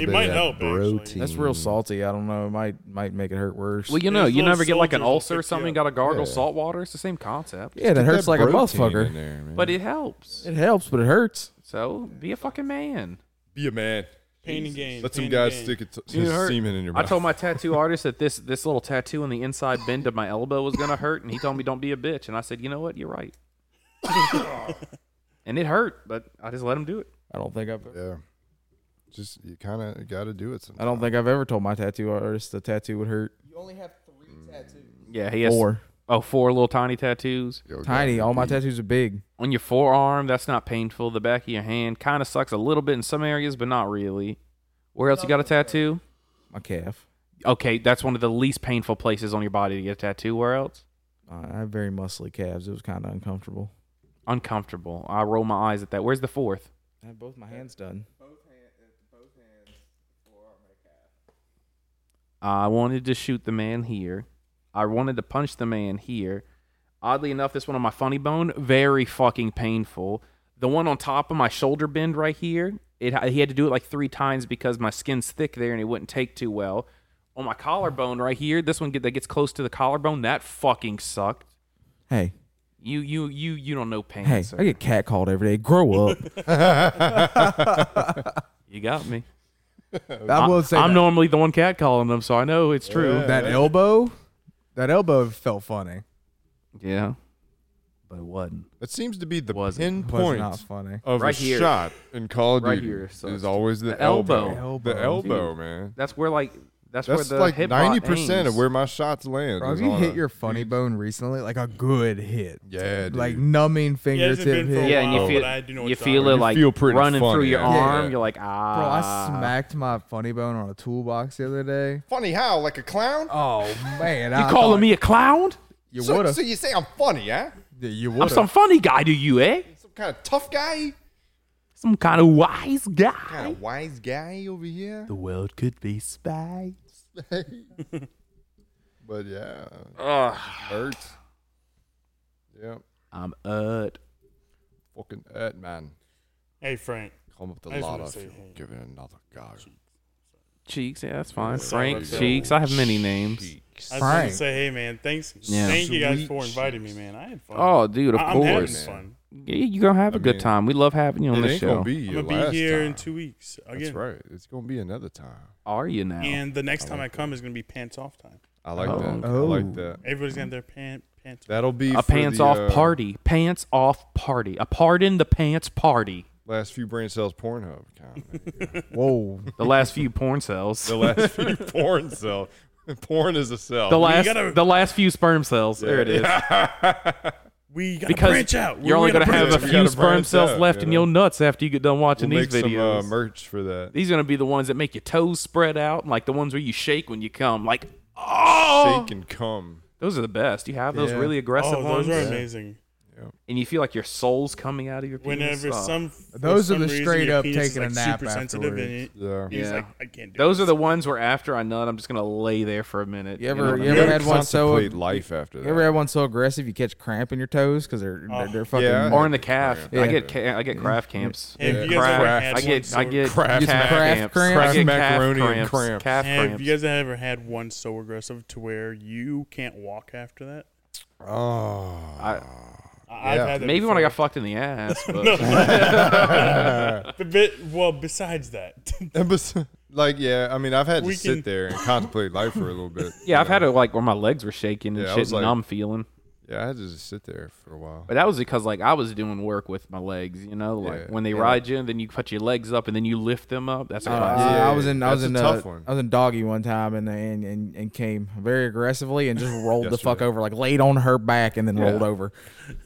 I: That's real
B: Mm.
I: salty. I don't know. It might might make it hurt worse.
B: Well, you know, you never get like an ulcer or something. You got to gargle salt water. It's the same concept.
I: Yeah, that hurts like a motherfucker.
B: But it helps.
I: It helps, but it hurts.
B: So be a fucking man.
A: Be a man.
H: Pain and gain.
A: Let
H: pain
A: some
H: and
A: guy
H: gain.
A: stick it
B: You
A: his
B: hurt.
A: semen in your
B: I
A: mouth.
B: told my tattoo artist that this this little tattoo on the inside bend of my elbow was gonna hurt, and he told me don't be a bitch. And I said, you know what, you're right. and it hurt, but I just let him do it.
I: I don't think I've.
A: Yeah. Just you kind of got to do it. Sometimes.
I: I don't think I've ever told my tattoo artist the tattoo would hurt.
E: You only have three tattoos.
B: Yeah, he has
I: Four.
B: Oh, four little tiny tattoos.
I: Tiny. All my tattoos are big.
B: on your forearm, that's not painful. The back of your hand kind of sucks a little bit in some areas, but not really. Where else you got a tattoo?
I: My calf.
B: Okay, that's one of the least painful places on your body to get a tattoo. Where else?
I: I have very muscly calves. It was kind of uncomfortable.
B: Uncomfortable. I roll my eyes at that. Where's the fourth?
I: I had both my hands done.
B: I wanted to shoot the man here. I wanted to punch the man here. Oddly enough, this one on my funny bone, very fucking painful. The one on top of my shoulder bend right here, it he had to do it like three times because my skin's thick there and it wouldn't take too well. On my collarbone right here, this one get, that gets close to the collarbone, that fucking sucked.
I: Hey,
B: You you you you don't know pain.
I: hey,
B: sir.
I: I get cat called every day. Grow up.
B: you got me.
E: I will say
B: I'm
E: that-
B: normally the one cat calling them, so I know it's true.
E: That elbow, that elbow felt funny.
B: Yeah. But it wasn't.
A: That seems to be the
E: Wasn't.
A: pinpoint
E: Was not funny.
A: of a
B: Right here.
A: shot in Call of
B: Right
A: Duty
B: here, so
A: is
B: it's-
A: always the,
B: the elbow.
A: The
B: Dude,
A: elbow, man.
B: That's where like that's,
A: That's
B: where the
A: like
B: hip
A: ninety percent of where my shots land.
E: Bro,
A: is
E: have you
A: on
E: hit
A: a-
E: your funny bone recently? Like a good hit.
A: Yeah, dude.
E: Like numbing fingertip hit.
B: yeah, and you feel Oh. you feel it like running through your arm. You're like ah.
E: Bro, I smacked my funny bone on a toolbox the other day.
A: Funny how, like a clown?
E: Oh man,
B: You calling me a clown?
E: You
A: so,
E: would've.
A: so you say I'm funny, eh?
E: You
B: I'm some funny guy to you, eh?
A: Some kind of tough guy,
B: Some kind of wise guy.
A: kind of wise guy over here.
B: The world could be spied.
A: but yeah,
B: Ugh.
A: hurts. Yep,
B: I'm ut.
A: fucking hurt, man.
H: Hey Frank.
A: Come up the
H: I just
A: lot
H: wanna
A: of
H: say
A: you.
H: hey.
A: Give it another go.
B: Cheeks, yeah, that's fine.
H: Sorry
B: Frank
H: about that.
B: Cheeks. I have many names.
H: I just want to say, hey man, thanks.
B: Yeah.
H: Thank you guys
B: Sweet
H: for inviting me, man. I had fun.
B: Oh, dude, of
H: I- I'm having
B: course.
H: fun.
B: Yeah, you're gonna have a good time. We love having you on
A: it
B: the
A: ain't
B: show.
A: Gonna be
H: I'm
A: your
H: gonna be
A: last
H: here in
A: time.
H: two weeks
A: That's
H: again.
A: right. It's gonna be another time.
B: Are you now?
H: And the next time I come is gonna be pants off time.
A: I like
B: Oh.
A: that. I
B: Oh.
A: like that.
H: Everybody's gonna have their pant pants.
A: That'll be
B: a
A: for
B: pants
A: the,
B: off
A: uh,
B: party. Pants off party. A pardon the pants party.
A: Last few brain cells Pornhub account.
E: Whoa.
B: The last few porn cells.
A: the last few porn cell. Porn is a cell.
B: The last, the last few sperm cells. There it is.
H: We gotta
B: because
H: branch out.
B: you're only
H: We
B: gonna
H: gotta
B: have a
H: branch out.
B: few
H: We gotta
B: sperm
H: branch
B: cells
H: out,
B: left
H: you
B: in
H: know?
B: your nuts after you get done watching
A: We'll
B: these
A: make some,
B: videos.
A: uh, merch for that.
B: These are gonna be the ones that make your toes spread out, like the ones where you shake when you come. Like, oh,
A: Shake and come.
B: Those are the best. You have those
A: Yeah.
B: really aggressive
H: Oh,
B: ones.
H: those are amazing.
B: And you feel like your soul's coming out of your penis.
H: Whenever
B: Oh.
H: some, for
E: Those are
H: some
E: the
H: reason,
E: straight
H: your
E: up
H: penis is,
E: taking a
H: like,
E: nap
H: super sensitive and it-
A: Yeah.
H: he's like, I can't do
B: Those are the ones where after I nut, I'm just gonna lay there for a minute.
I: You ever,
B: know?
I: you ever had one so
A: contemplate life after
I: You ever had one so aggressive you catch cramp in your toes because they're, they're they're fucking
B: Yeah. Or in the calf.
I: Yeah.
B: I get ca- I get craft camps.
I: Yeah. Have
H: you guys ever
B: Craft-
H: had
B: I get
H: one
B: I get
H: sort
B: calf camps. I
H: of-
B: get calf cramps. Calf
H: Have
B: cramps.
H: you guys ever had one so aggressive to where you can't walk after that?
A: Oh.
B: I,
H: I- I've Yeah. had that
B: Maybe when I
H: before.
B: got fucked in the ass. But.
H: but, bit- well, besides that,
A: And bes- like, yeah, I mean, I've had to
H: We can-
A: sit there and contemplate life for a little bit.
B: yeah, I've had it like where my legs were shaking and
A: Yeah, I
B: shit,
A: was
B: and
A: like-
B: I'm feeling.
A: Yeah, I had to just sit there for a while.
B: But that was because like I was doing work with my legs, you know, like
A: Yeah.
B: when they
A: Yeah.
B: ride you, and then you put your legs up, and then you lift them up. That's a
I: Uh,
A: Ah.
B: classic.
I: I was in I was
A: that's
I: in
A: a
I: uh,
A: tough one.
I: I was in doggy one time and uh, and and, and came very aggressively and just rolled the fuck over like laid on her back and then
B: Yeah.
I: rolled over.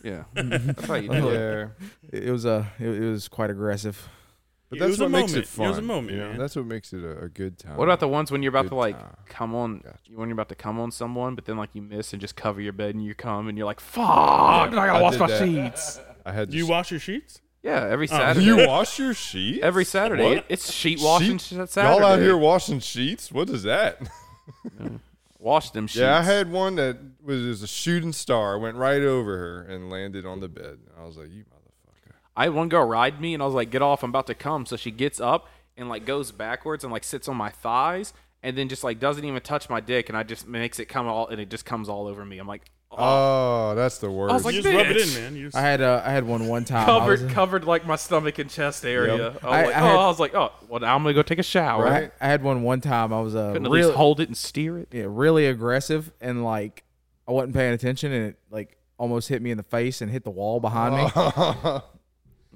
B: Yeah. That's how you do it.
I: It was uh, it, it was quite aggressive.
A: But
H: It
A: that's
H: was a
A: what makes it
H: moment.
A: fun.
H: It was a moment,
A: you know?
H: man.
A: That's what makes it a, a good time.
B: What about the ones when you're about
A: Good
B: to like
A: time.
B: come on, when you're about to come on someone, but then like you miss and just cover your bed and you come and you're like, fuck, I gotta
A: I
B: wash
A: did
B: my
A: that.
B: sheets.
A: I had to
H: you wash your sheets.
B: Yeah, every
H: Uh,
A: Oh.
B: Saturday.
A: You wash your sheets
B: Every Saturday.
A: What?
B: It- it's sheet washing
A: Sheet-
B: sh- Saturday.
A: Y'all out here washing sheets? What is that?
B: wash them sheets.
A: Yeah, I had one that was, just a shooting star. Went right over her and landed on the bed. I was like, you
B: I had one girl ride me, and I was like, "Get off! I'm about to come." So she gets up and like goes backwards and like sits on my thighs, and then just like doesn't even touch my dick, and I just makes it come all, and it just comes all over me. I'm like,
A: Oh, that's the worst.
B: like, You just rub it "Bitch." in, man. You just-
I: I had uh, I had one one time. I was-
B: covered, covered like "Oh, my stomach and chest area. I, was
I: I-
B: like,
I: I had-
B: oh, I was like, oh, well, now I'm gonna go take a shower.
I: I, I had one one time. I was uh,
B: Couldn't at
I: real-
B: least hold it and steer it.
I: Yeah, really aggressive and like I wasn't paying attention and it like almost hit me in the face and hit the wall behind
A: Oh.
I: me.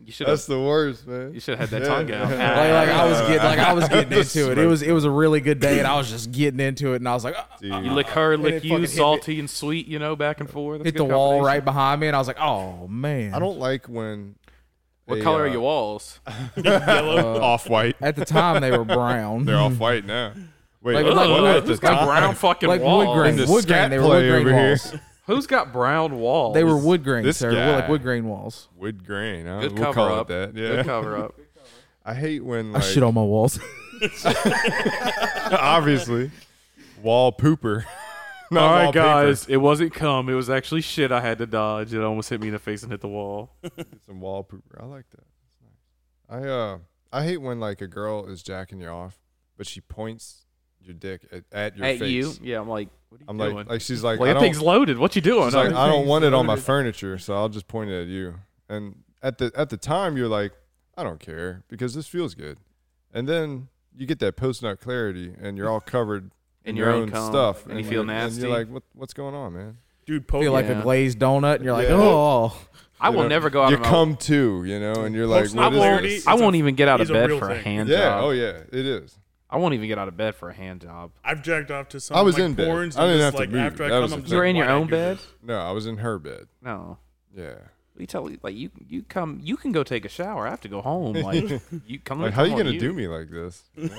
B: You
A: should. That's the worst, man. You
B: should have
I: had
B: that tongue out.
I: like, like I was getting like I was getting into it. It was it was a really good day and I was just getting into it and I was like "Ah, ah,
B: You
I: ah,"
B: lick her,
I: and it
B: lick
I: fucking
B: you,
I: hit me-
B: salty and sweet, you know, back and forth. That's a
I: hit
B: good
I: the wall
B: combination.
I: right behind me and I was like, oh man.
A: I don't like when.
B: What
A: a,
B: color are
A: uh,
B: your walls?
I: Yellow.
A: off white.
I: At the time, they were brown.
A: uh, They're off white now. Wait,
I: Like-
A: what
I: like-
A: what
I: like-
A: Oh, at the
I: like brown
A: time?
I: fucking Like wood walls. grain-
A: In this
I: wood
A: scat
I: grain, they were wood
A: play
I: grain
A: over here.
I: walls.
B: Who's got brown walls?
I: They were wood grain,
A: This
I: sir. We're like
A: guy.
I: wood grain walls.
A: Wood grain. Huh?
B: Good
A: we'll
B: cover
A: call
B: up.
A: It that. Yeah.
B: Good cover up.
A: I hate when
I: I
A: like,
I: shit on my walls.
A: obviously wall pooper. Not
B: All right,
A: wallpaper.
B: guys, it wasn't cum. It was actually shit I had to dodge. It almost hit me in the face and hit the wall.
A: Some wall pooper. I like that. I uh I hate when like a girl is jacking you off, but she points your dick at, at your
B: At
A: face.
B: you? Yeah, I'm like, what are you
A: I'm
B: doing?
A: like, like she's like,
B: Like,
A: I
B: that
A: don't-
B: thing's loaded. What you doing?
A: She's like,
B: That
A: I don't
B: thing's
A: want it on my
B: loaded."
A: furniture, so I'll just point it at you. And at the at the time, you're like, I don't care because this feels good. And then you get that post nut clarity, and you're all covered
B: In
A: in
B: your
A: your
B: own
A: own
B: cum,
A: stuff,
B: and you feel
A: you're- and
B: nasty.
A: you're like, what what's going on, man?
H: Dude,
A: oh,
I: Feel like a glazed donut, and you're like, oh.
B: I will never go out
A: You
B: of my-
A: come to, you know, and you're like,
B: Post-nut
A: what is
B: clarity
A: this?
B: I is a- won't even get out of is a bed real for a thing. hand
A: yeah,
B: job.
A: oh yeah, it is.
B: I won't even get out of bed for a hand job.
H: I've jacked off to some
A: I was
H: like,
A: in bed.
H: porns
A: I didn't have
H: and just
A: to
H: like
A: move.
H: after I
A: That
H: come
A: was
H: I'm
A: the
H: just
A: thing.
H: like,
B: You're in your
H: why did I
B: own
H: do
B: bed.
H: this?
A: No, I was in her bed.
B: No.
A: Yeah.
B: You tell like you you come you can go take a shower. I have to go home. Like you come.
A: Like,
B: come
A: how you
B: on
A: gonna do me like this? you know?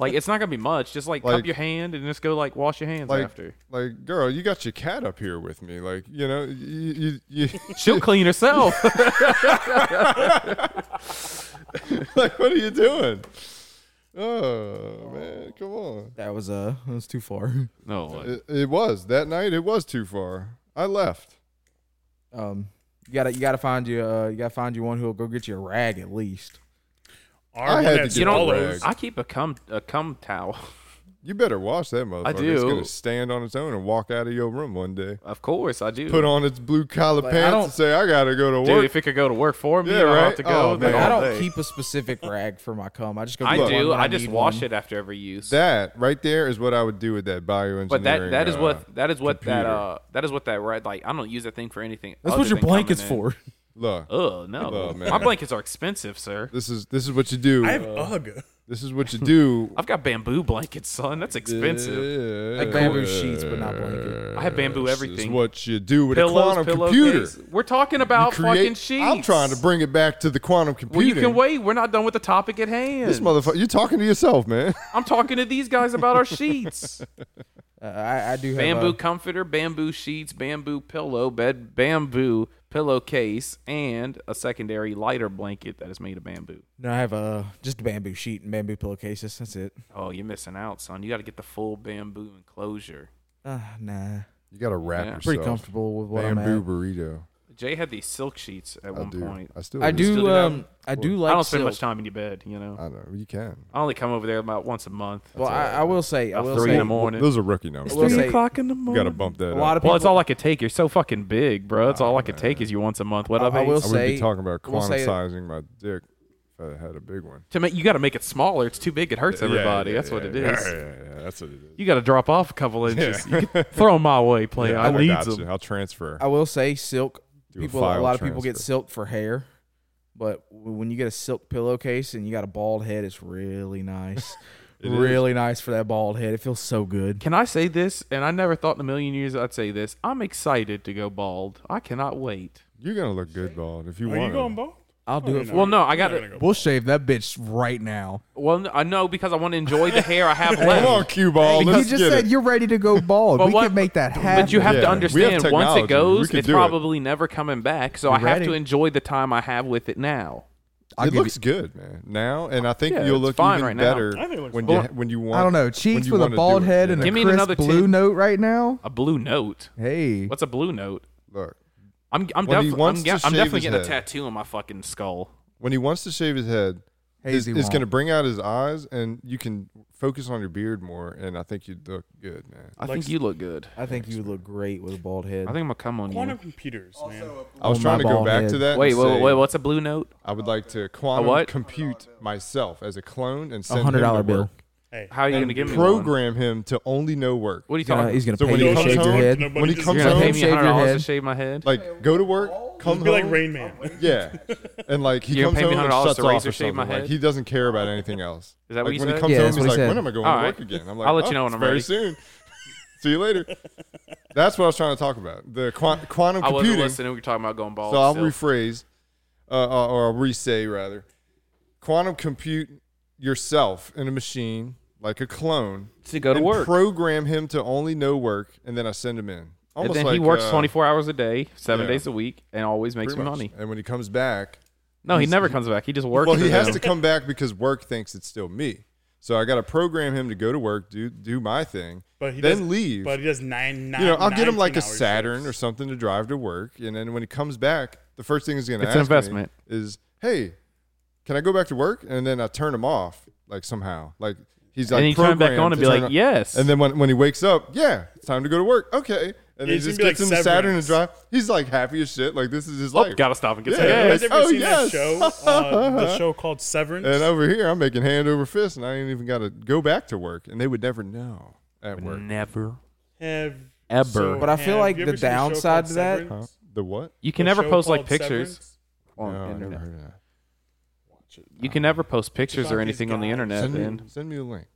B: Like it's not gonna be much. Just like, cup
A: Like-
B: your hand and just go like wash your hands
A: like,
B: after.
A: like, girl, you got your cat up here with me. Like, you know, you, you, you
B: She'll clean herself.
A: like, what are you doing? Oh man, come on.
I: That was uh, that was too far.
B: No,
A: It, it was that night. It was too far. I left.
I: Um, you gotta you gotta find you uh, you gotta find you one who'll go get you a rag at least.
H: I had to
B: you
H: get
B: know,
H: Rolos.
B: I keep a cum a cum towel.
A: You better wash that motherfucker. It's
B: do.
A: gonna stand on its own and walk out of your room one day.
B: Of course, I do.
A: Put on its blue collar
I: Like, I
A: pants
I: don't-
A: and say, "I gotta go to
B: Dude,
A: work."
B: if it could go to work for me,
A: Yeah,
B: I don't
A: right?
B: have to go.
A: Oh,
B: then
A: man.
I: I
B: I'll-
I: don't keep a specific rag for my cum. I just go.
B: I
I: get one
B: do.
I: when
B: I just
I: need
B: wash
I: one.
B: it after every use.
A: that right there is what I would do with that bioengineering.
B: But that that is
A: uh,
B: what that is what that
A: computer.
B: uh that is what that right like I don't use that thing for anything.
I: That's
B: other
I: what your
B: than coming
I: blanket's
B: in.
I: for.
A: Look.
B: Oh no,
A: Look, man.
B: my blankets are expensive, sir.
A: This is this is what you do.
B: I have Ugg.
A: This is what you do.
B: I've got bamboo blankets, son. That's expensive.
I: Like bamboo sheets, but not
A: uh,
I: blanket.
B: I have bamboo
A: This
B: everything.
A: Is what you do with
B: Pillows,
A: a quantum
B: pillowcase.
A: computer.
B: We're talking about
A: You create-
B: fucking sheets.
A: I'm trying to bring it back to the quantum computer.
B: Well, you can wait. We're not done with the topic at hand.
A: This motherfucker, you're talking to yourself, man.
B: I'm talking to these guys about our sheets.
I: Uh, I, I do have uh,
B: bamboo
I: a-
B: comforter, bamboo sheets, bamboo pillow bed, bamboo pillowcase, and a secondary lighter blanket that is made of bamboo.
I: No, I have a just a bamboo sheet and bamboo pillowcases. That's it.
B: Oh, you're missing out, son. You got to get the full bamboo enclosure.
I: Uh, nah.
A: You got to wrap
B: Yeah.
A: yourself.
I: Pretty comfortable with what I'm
A: Bamboo
I: at.
A: burrito.
B: Jay had these silk sheets at one
A: do.
B: point.
A: I still
I: I do.
B: Still do that?
I: um, I do like.
B: I don't spend
I: silk.
B: much time in your bed, you know.
A: I know you can.
B: I only come over there about once a month.
I: Uh, Well, I, I will say, I
B: About
I: will
B: three
I: say,
B: in the morning.
A: Those are rookie numbers.
I: I will say-
B: in the
A: You got to bump that.
I: A
A: up.
I: lot of
B: well,
I: people.
B: it's all I could take. You're so fucking big, bro. That's all I could take is you once a month. What
I: I-
B: up,
I: I
B: Ace?
I: will
A: I would be
I: say-
A: talking about
I: I will say-
A: quantum-sizing my dick if I had a big one.
B: to make you got to make it smaller. It's too big. It hurts
A: Yeah,
B: everybody.
A: yeah,
B: That's what
A: yeah,
B: it is.
A: Yeah, yeah, yeah, that's what it is.
B: You got to drop off a couple inches. You can throw them my way, play.
A: Yeah,
B: I,
A: got
B: need
A: you.
B: them.
A: I'll transfer.
I: I will say, silk.
A: Do a
I: people, a
A: file
I: lot of people get
A: transfer.
I: silk for hair, but w- when you get a silk pillowcase and you got a bald head, it's really nice.
A: It is.
I: really nice for that bald head. It feels so good.
B: Can I say this? And I never thought in a million years I'd say this. I'm excited to go bald. I cannot wait.
A: You're gonna look good bald if you
H: Are
A: want.
H: you going bald?
I: I'll do
H: Oh,
I: it.
H: you're
I: For
B: Well,
H: not.
B: no, I
H: You're
B: got
H: not
B: to
H: gonna go
I: We'll shave that bitch right now.
B: Well, n- I know because I want to enjoy the hair I have
A: Come on,
B: left.
A: cue ball.
E: you
A: Let's
E: just
A: get
E: said
A: it.
E: you're ready to go bald.
B: But
E: we
B: what-
E: can make that happen.
B: But you have
A: Yeah, we
B: to
A: have
B: understand once
A: technology.
B: it
A: We
B: goes,
A: can
B: it's
A: do it.
B: probably never coming back. So I
I: You're
B: have to
I: ready.
B: enjoy the time I have with it now.
A: it looks good, man. Now, and I think
B: Yeah,
A: you'll
B: it's
A: look
B: fine
A: even
B: right now.
A: better
H: I think it looks
A: when
B: fine.
A: you when you want.
E: I don't know.
A: when
E: Cheeks
A: you
E: with a
A: wanna do
E: bald
A: it.
E: head
A: Yeah.
E: and
B: Give me
E: a crisp
B: another
E: blue
B: tin.
E: note right now.
B: A blue note.
E: Hey,
B: What's a blue note?
A: look.
B: I'm I'm,
A: When he
B: defi- I'm,
A: wants
B: ge-
A: to
B: I'm
A: shave
B: definitely
A: his
B: getting a
A: head.
B: tattoo on my fucking skull.
A: When he wants to shave his head, is
E: Hazy
A: going to
E: won't.
A: bring out his eyes, and you can focus on your beard more, and I think you'd look good, man.
B: I think you look good.
I: I think you would look great with a bald head.
B: I think I'm gonna come on
H: Quantum computers, man.
A: I was
I: on
A: trying
I: my
A: to go
I: bald
A: back to
I: head.
B: you.
A: that.
B: Wait,
A: and
B: wait, wait,
A: say,
B: What's a blue note?
A: I would like to quantum
B: what?
A: compute myself as a clone and send
I: A
A: him
I: hundred
A: to
I: dollar bill.
A: work.
H: Hey,
B: How are you
A: And
B: gonna give me one?
A: program him to only know work.
B: What are you
I: Uh,
B: talking?
I: he's gonna
A: So
I: pay
A: when
I: you
A: he
I: to
A: comes
I: shave your
A: home,
I: head.
H: nobody
A: when he
H: just-
A: comes
B: You're gonna pay
A: home,
B: me
I: shave your
B: hundred dollars to
I: head.
B: shave my head.
A: like go to work, come
H: Be
A: home,
H: like Rain Man.
A: Yeah, and like he
B: You gonna
A: comes
B: pay me
A: home and
B: $100
A: shuts
B: to
A: off or
B: razor shave
A: something.
B: my
A: Like,
B: head?
A: he doesn't care about anything else.
B: Is that what
A: like,
B: you
A: when
B: said?
A: he comes
I: Yeah,
A: home,
I: that's
A: he's
I: what he
A: like,
I: said.
A: "When am I going
B: All
A: to
B: right.
A: work again?" I'm like,
B: I'll let you
A: "Oh,
B: know when
A: it's
B: I'm
A: very
B: ready."
A: soon." See you later. That's what I was trying to talk about. The quan- quantum
B: I wasn't
A: computing.
B: listening. We were talking about going bald.
A: So I'll
B: still.
A: rephrase, uh, uh, or I'll re-say rather. Quantum compute yourself in a machine like a clone
B: to go to
A: and
B: work.
A: Program him to only know work, and then I send him in.
B: and
A: Almost
B: then
A: like
B: he works
A: uh,
B: 24 hours a day, seven
A: yeah.
B: days a week, and always makes
A: pretty
B: me
A: much.
B: money.
A: And when he comes back,
B: No, he
A: He's-
B: never comes back. He just works.
A: well, he
B: for
A: has
B: them.
A: to come back because work thinks it's still me. So I got to program him to go to work, do do my thing,
H: But he
A: then
H: does,
A: leave.
H: But he does nine. nine
A: you know, I'll get him like a
H: 19 hours.
A: Saturn or something to drive to work, and then when he comes back, the first thing he's going to
B: It's
A: ask
B: an
A: me
B: investment.
A: is, "Hey, can I go back to work?" And then I turn him off like somehow, like he's like
B: And he turned back
A: programmed
B: on
A: to
B: and be
A: turn
B: like,
A: on-
B: "Yes."
A: And then when when he wakes up, yeah, it's time to go to work. Okay, and he
B: Yeah, he's
A: just
B: gonna be
A: gets
B: like
A: in the Saturn and
B: Severance.
A: drive. He's like happy as shit. Like this is his
B: Oh,
A: life.
B: gotta stop and get
A: yeah.
B: some gas.
A: like,
H: You guys ever
A: oh
H: seen
A: yes.
H: that show? Uh, the show called Severance.
A: And over here, I'm making hand over fist, and I ain't even got to go back to work, and they would never know at work.
B: Never,
H: Have
A: ever.
H: so
E: But I feel
H: have-
E: like
H: you ever
E: the
H: seen a show
E: downside
H: called
E: to that-
H: Severance?
A: The what?
B: You can
H: The
B: never
H: show
B: post like
H: called
B: pictures.
A: No,
B: on the
A: I never
B: internet.
A: heard of that.
B: You can never post pictures
A: about
B: or
A: these
B: anything on the
A: guys.
B: internet.
A: Send me-
B: then.
A: send me a link,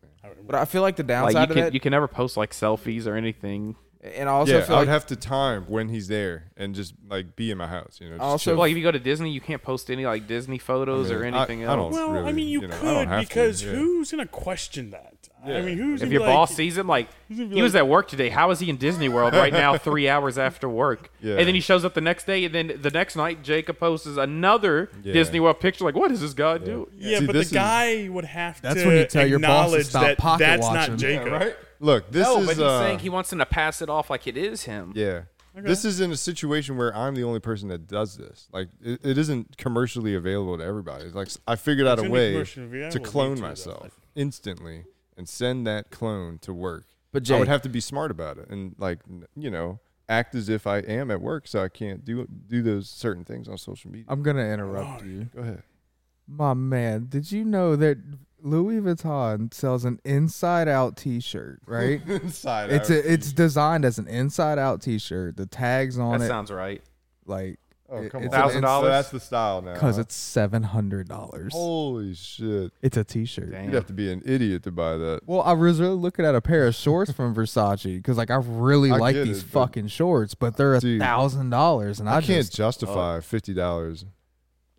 E: But I feel like the
B: Like,
E: downside
B: you
E: to
B: can
E: that,
B: you can never post like selfies or anything.
E: and I also
A: yeah,
E: feel
A: I
E: like
A: would have to time when he's there and just like be in my house, you know. Just
E: Also-
A: chill.
B: like if you go to Disney, you can't post any like Disney photos
A: I mean,
B: or
A: I-
B: anything
A: I don't
B: else.
H: Well, I
A: really,
H: mean, you,
A: you know, I don't
H: could
A: have to,
H: because
A: yeah.
H: who's gonna question that? I mean, who's
B: if
H: gonna
B: your
H: be
B: boss
H: like,
B: sees him, like
H: who's gonna be
B: he was
H: like-
B: at work today. How is he in Disney World right now? Three hours after work,
A: Yeah.
B: and then he shows up the next day, and then the next night, Jacob posts another
A: Yeah.
B: Disney World picture. Like, what is this guy doing?
H: Yeah, but the guy would have
B: That's
H: to
B: when you tell your boss to
H: acknowledge
B: stop
H: that
B: pocket
H: that's
B: watching.
H: not Jacob,
B: Yeah, right?
A: Look, this
B: no,
A: is
B: but he's
A: uh,
B: saying he wants him to pass it off like it is him.
A: yeah.
B: Okay.
A: This is in a situation where I'm the only person that does this. Like, it, it isn't commercially available to everybody. It's like s- I figured out a
H: It's gonna be
A: way
H: commercially
A: to
H: available
A: clone
H: to you, though,
A: myself instantly and send that clone to work.
E: But
A: I
E: Jay-
A: would have to be smart about it and like n- you know act as if I am at work, so I can't do do those certain things on social media.
E: I'm gonna interrupt you.
A: Go ahead.
E: My man, did you know that Louis Vuitton sells an inside out T-shirt? Right,
A: Inside
E: It's
A: out
E: a, it's designed as an inside out T-shirt. The tags on
B: That
E: it
B: sounds right.
E: Like
A: Oh,
E: it-
A: come on.
E: it's an
A: Thousand dollars?
E: ins-
A: That's the style now, huh?
E: it's seven hundred dollars.
A: Holy shit!
E: It's a T-shirt.
A: You'd have to be an idiot to buy that.
E: Well, I was really looking at a pair of shorts from Versace because, like, I really
A: I
E: like
A: get
E: these
A: it, but-
E: fucking shorts, but they're a thousand dollars, and I,
A: I, can't
E: just- uh,
A: justify fifty dollars,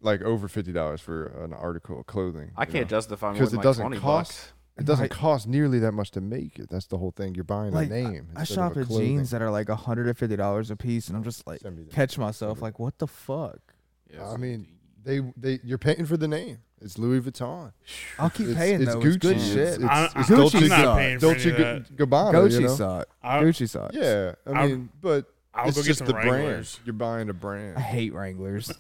A: like over fifty dollars for an article of clothing.
B: I can't justify more
A: because
B: than
A: it
B: like
A: doesn't
B: 20
A: cost.
B: bucks.
A: It doesn't cost nearly that much to make it. That's the whole thing. You're buying
E: like,
A: a name.
E: I,
A: instead
E: I
A: of
E: shop
A: a
E: at
A: clothing.
E: jeans that are like hundred and fifty dollars a piece, and I'm just like catch myself like, what the fuck?
A: I mean, they they you're paying for the name. It's Louis Vuitton.
E: I'll keep
A: It's-
E: paying
A: It's
E: though.
A: Gucci.
E: It's good shit.
A: It's,
E: I-
A: it's, it's
E: I-
A: Dolce,
E: Gucci's not
A: Gu-
E: paying for
A: Dolce
E: any of
A: Gu-
E: that.
A: Gabbana.
E: Gucci
A: you know?
E: socks. I'll- Gucci socks.
A: Yeah, I
E: I'll-
A: mean, but
E: I'll
A: it's
E: go get
A: just
E: some
A: the brand.
E: Wranglers.
A: You're buying a brand.
E: I hate Wranglers.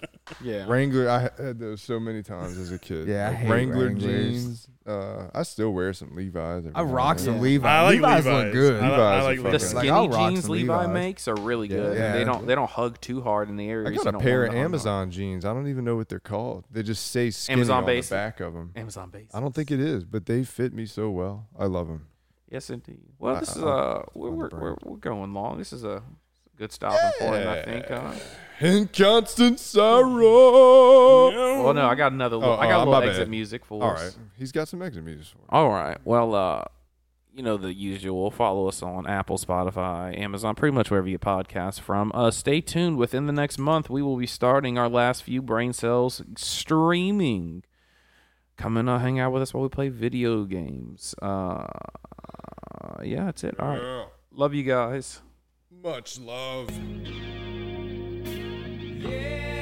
A: Yeah, Wrangler. I had those so many times as a kid.
E: Yeah, I
A: Like
E: hate
A: Wrangler
E: Wranglers.
A: jeans. Uh, I still wear some Levi's. every
E: I
A: now
E: rock
A: and
E: some
A: then.
E: Levi's. I like Levi's look Levi's. good. I li- I
A: are
E: like
A: fucking-
B: The skinny
E: I'll rock
B: jeans
E: some
B: Levi
E: Levi's.
B: makes are really good.
A: Yeah.
B: They don't they don't hug too hard in the
A: I
B: areas.
A: got
B: you
A: a
B: don't
A: pair
B: want
A: of
B: them to hug on.
A: Amazon jeans. I don't even know what they're called. They just say skinny
B: Amazon
A: on
B: basic.
A: the back of them.
B: Amazon basic.
A: I don't think it is, but they fit me so well. I love them.
B: Yes, indeed. Well,
A: I-
B: this
A: I-
B: is
A: I-
B: uh, we're
A: on the
B: we're,
A: burn.
B: we're we're going long. This is a good stopping point, I think. Uh,
A: In constant sorrow.
B: Well, no, I got another little- I got a little
A: Oh, my bad.
B: exit music for
A: All
B: us.
A: right, he's got some exit music. For us.
B: All right. Well, uh, you know the usual. Follow us on Apple, Spotify, Amazon, pretty much wherever you podcast from. Uh, stay tuned. Within the next month, we will be starting our last few brain cells streaming. Come and uh, hang out with us while we play video games. Uh, yeah, that's it. All right.
A: Yeah.
B: Love you guys.
A: Much love.
P: Yeah.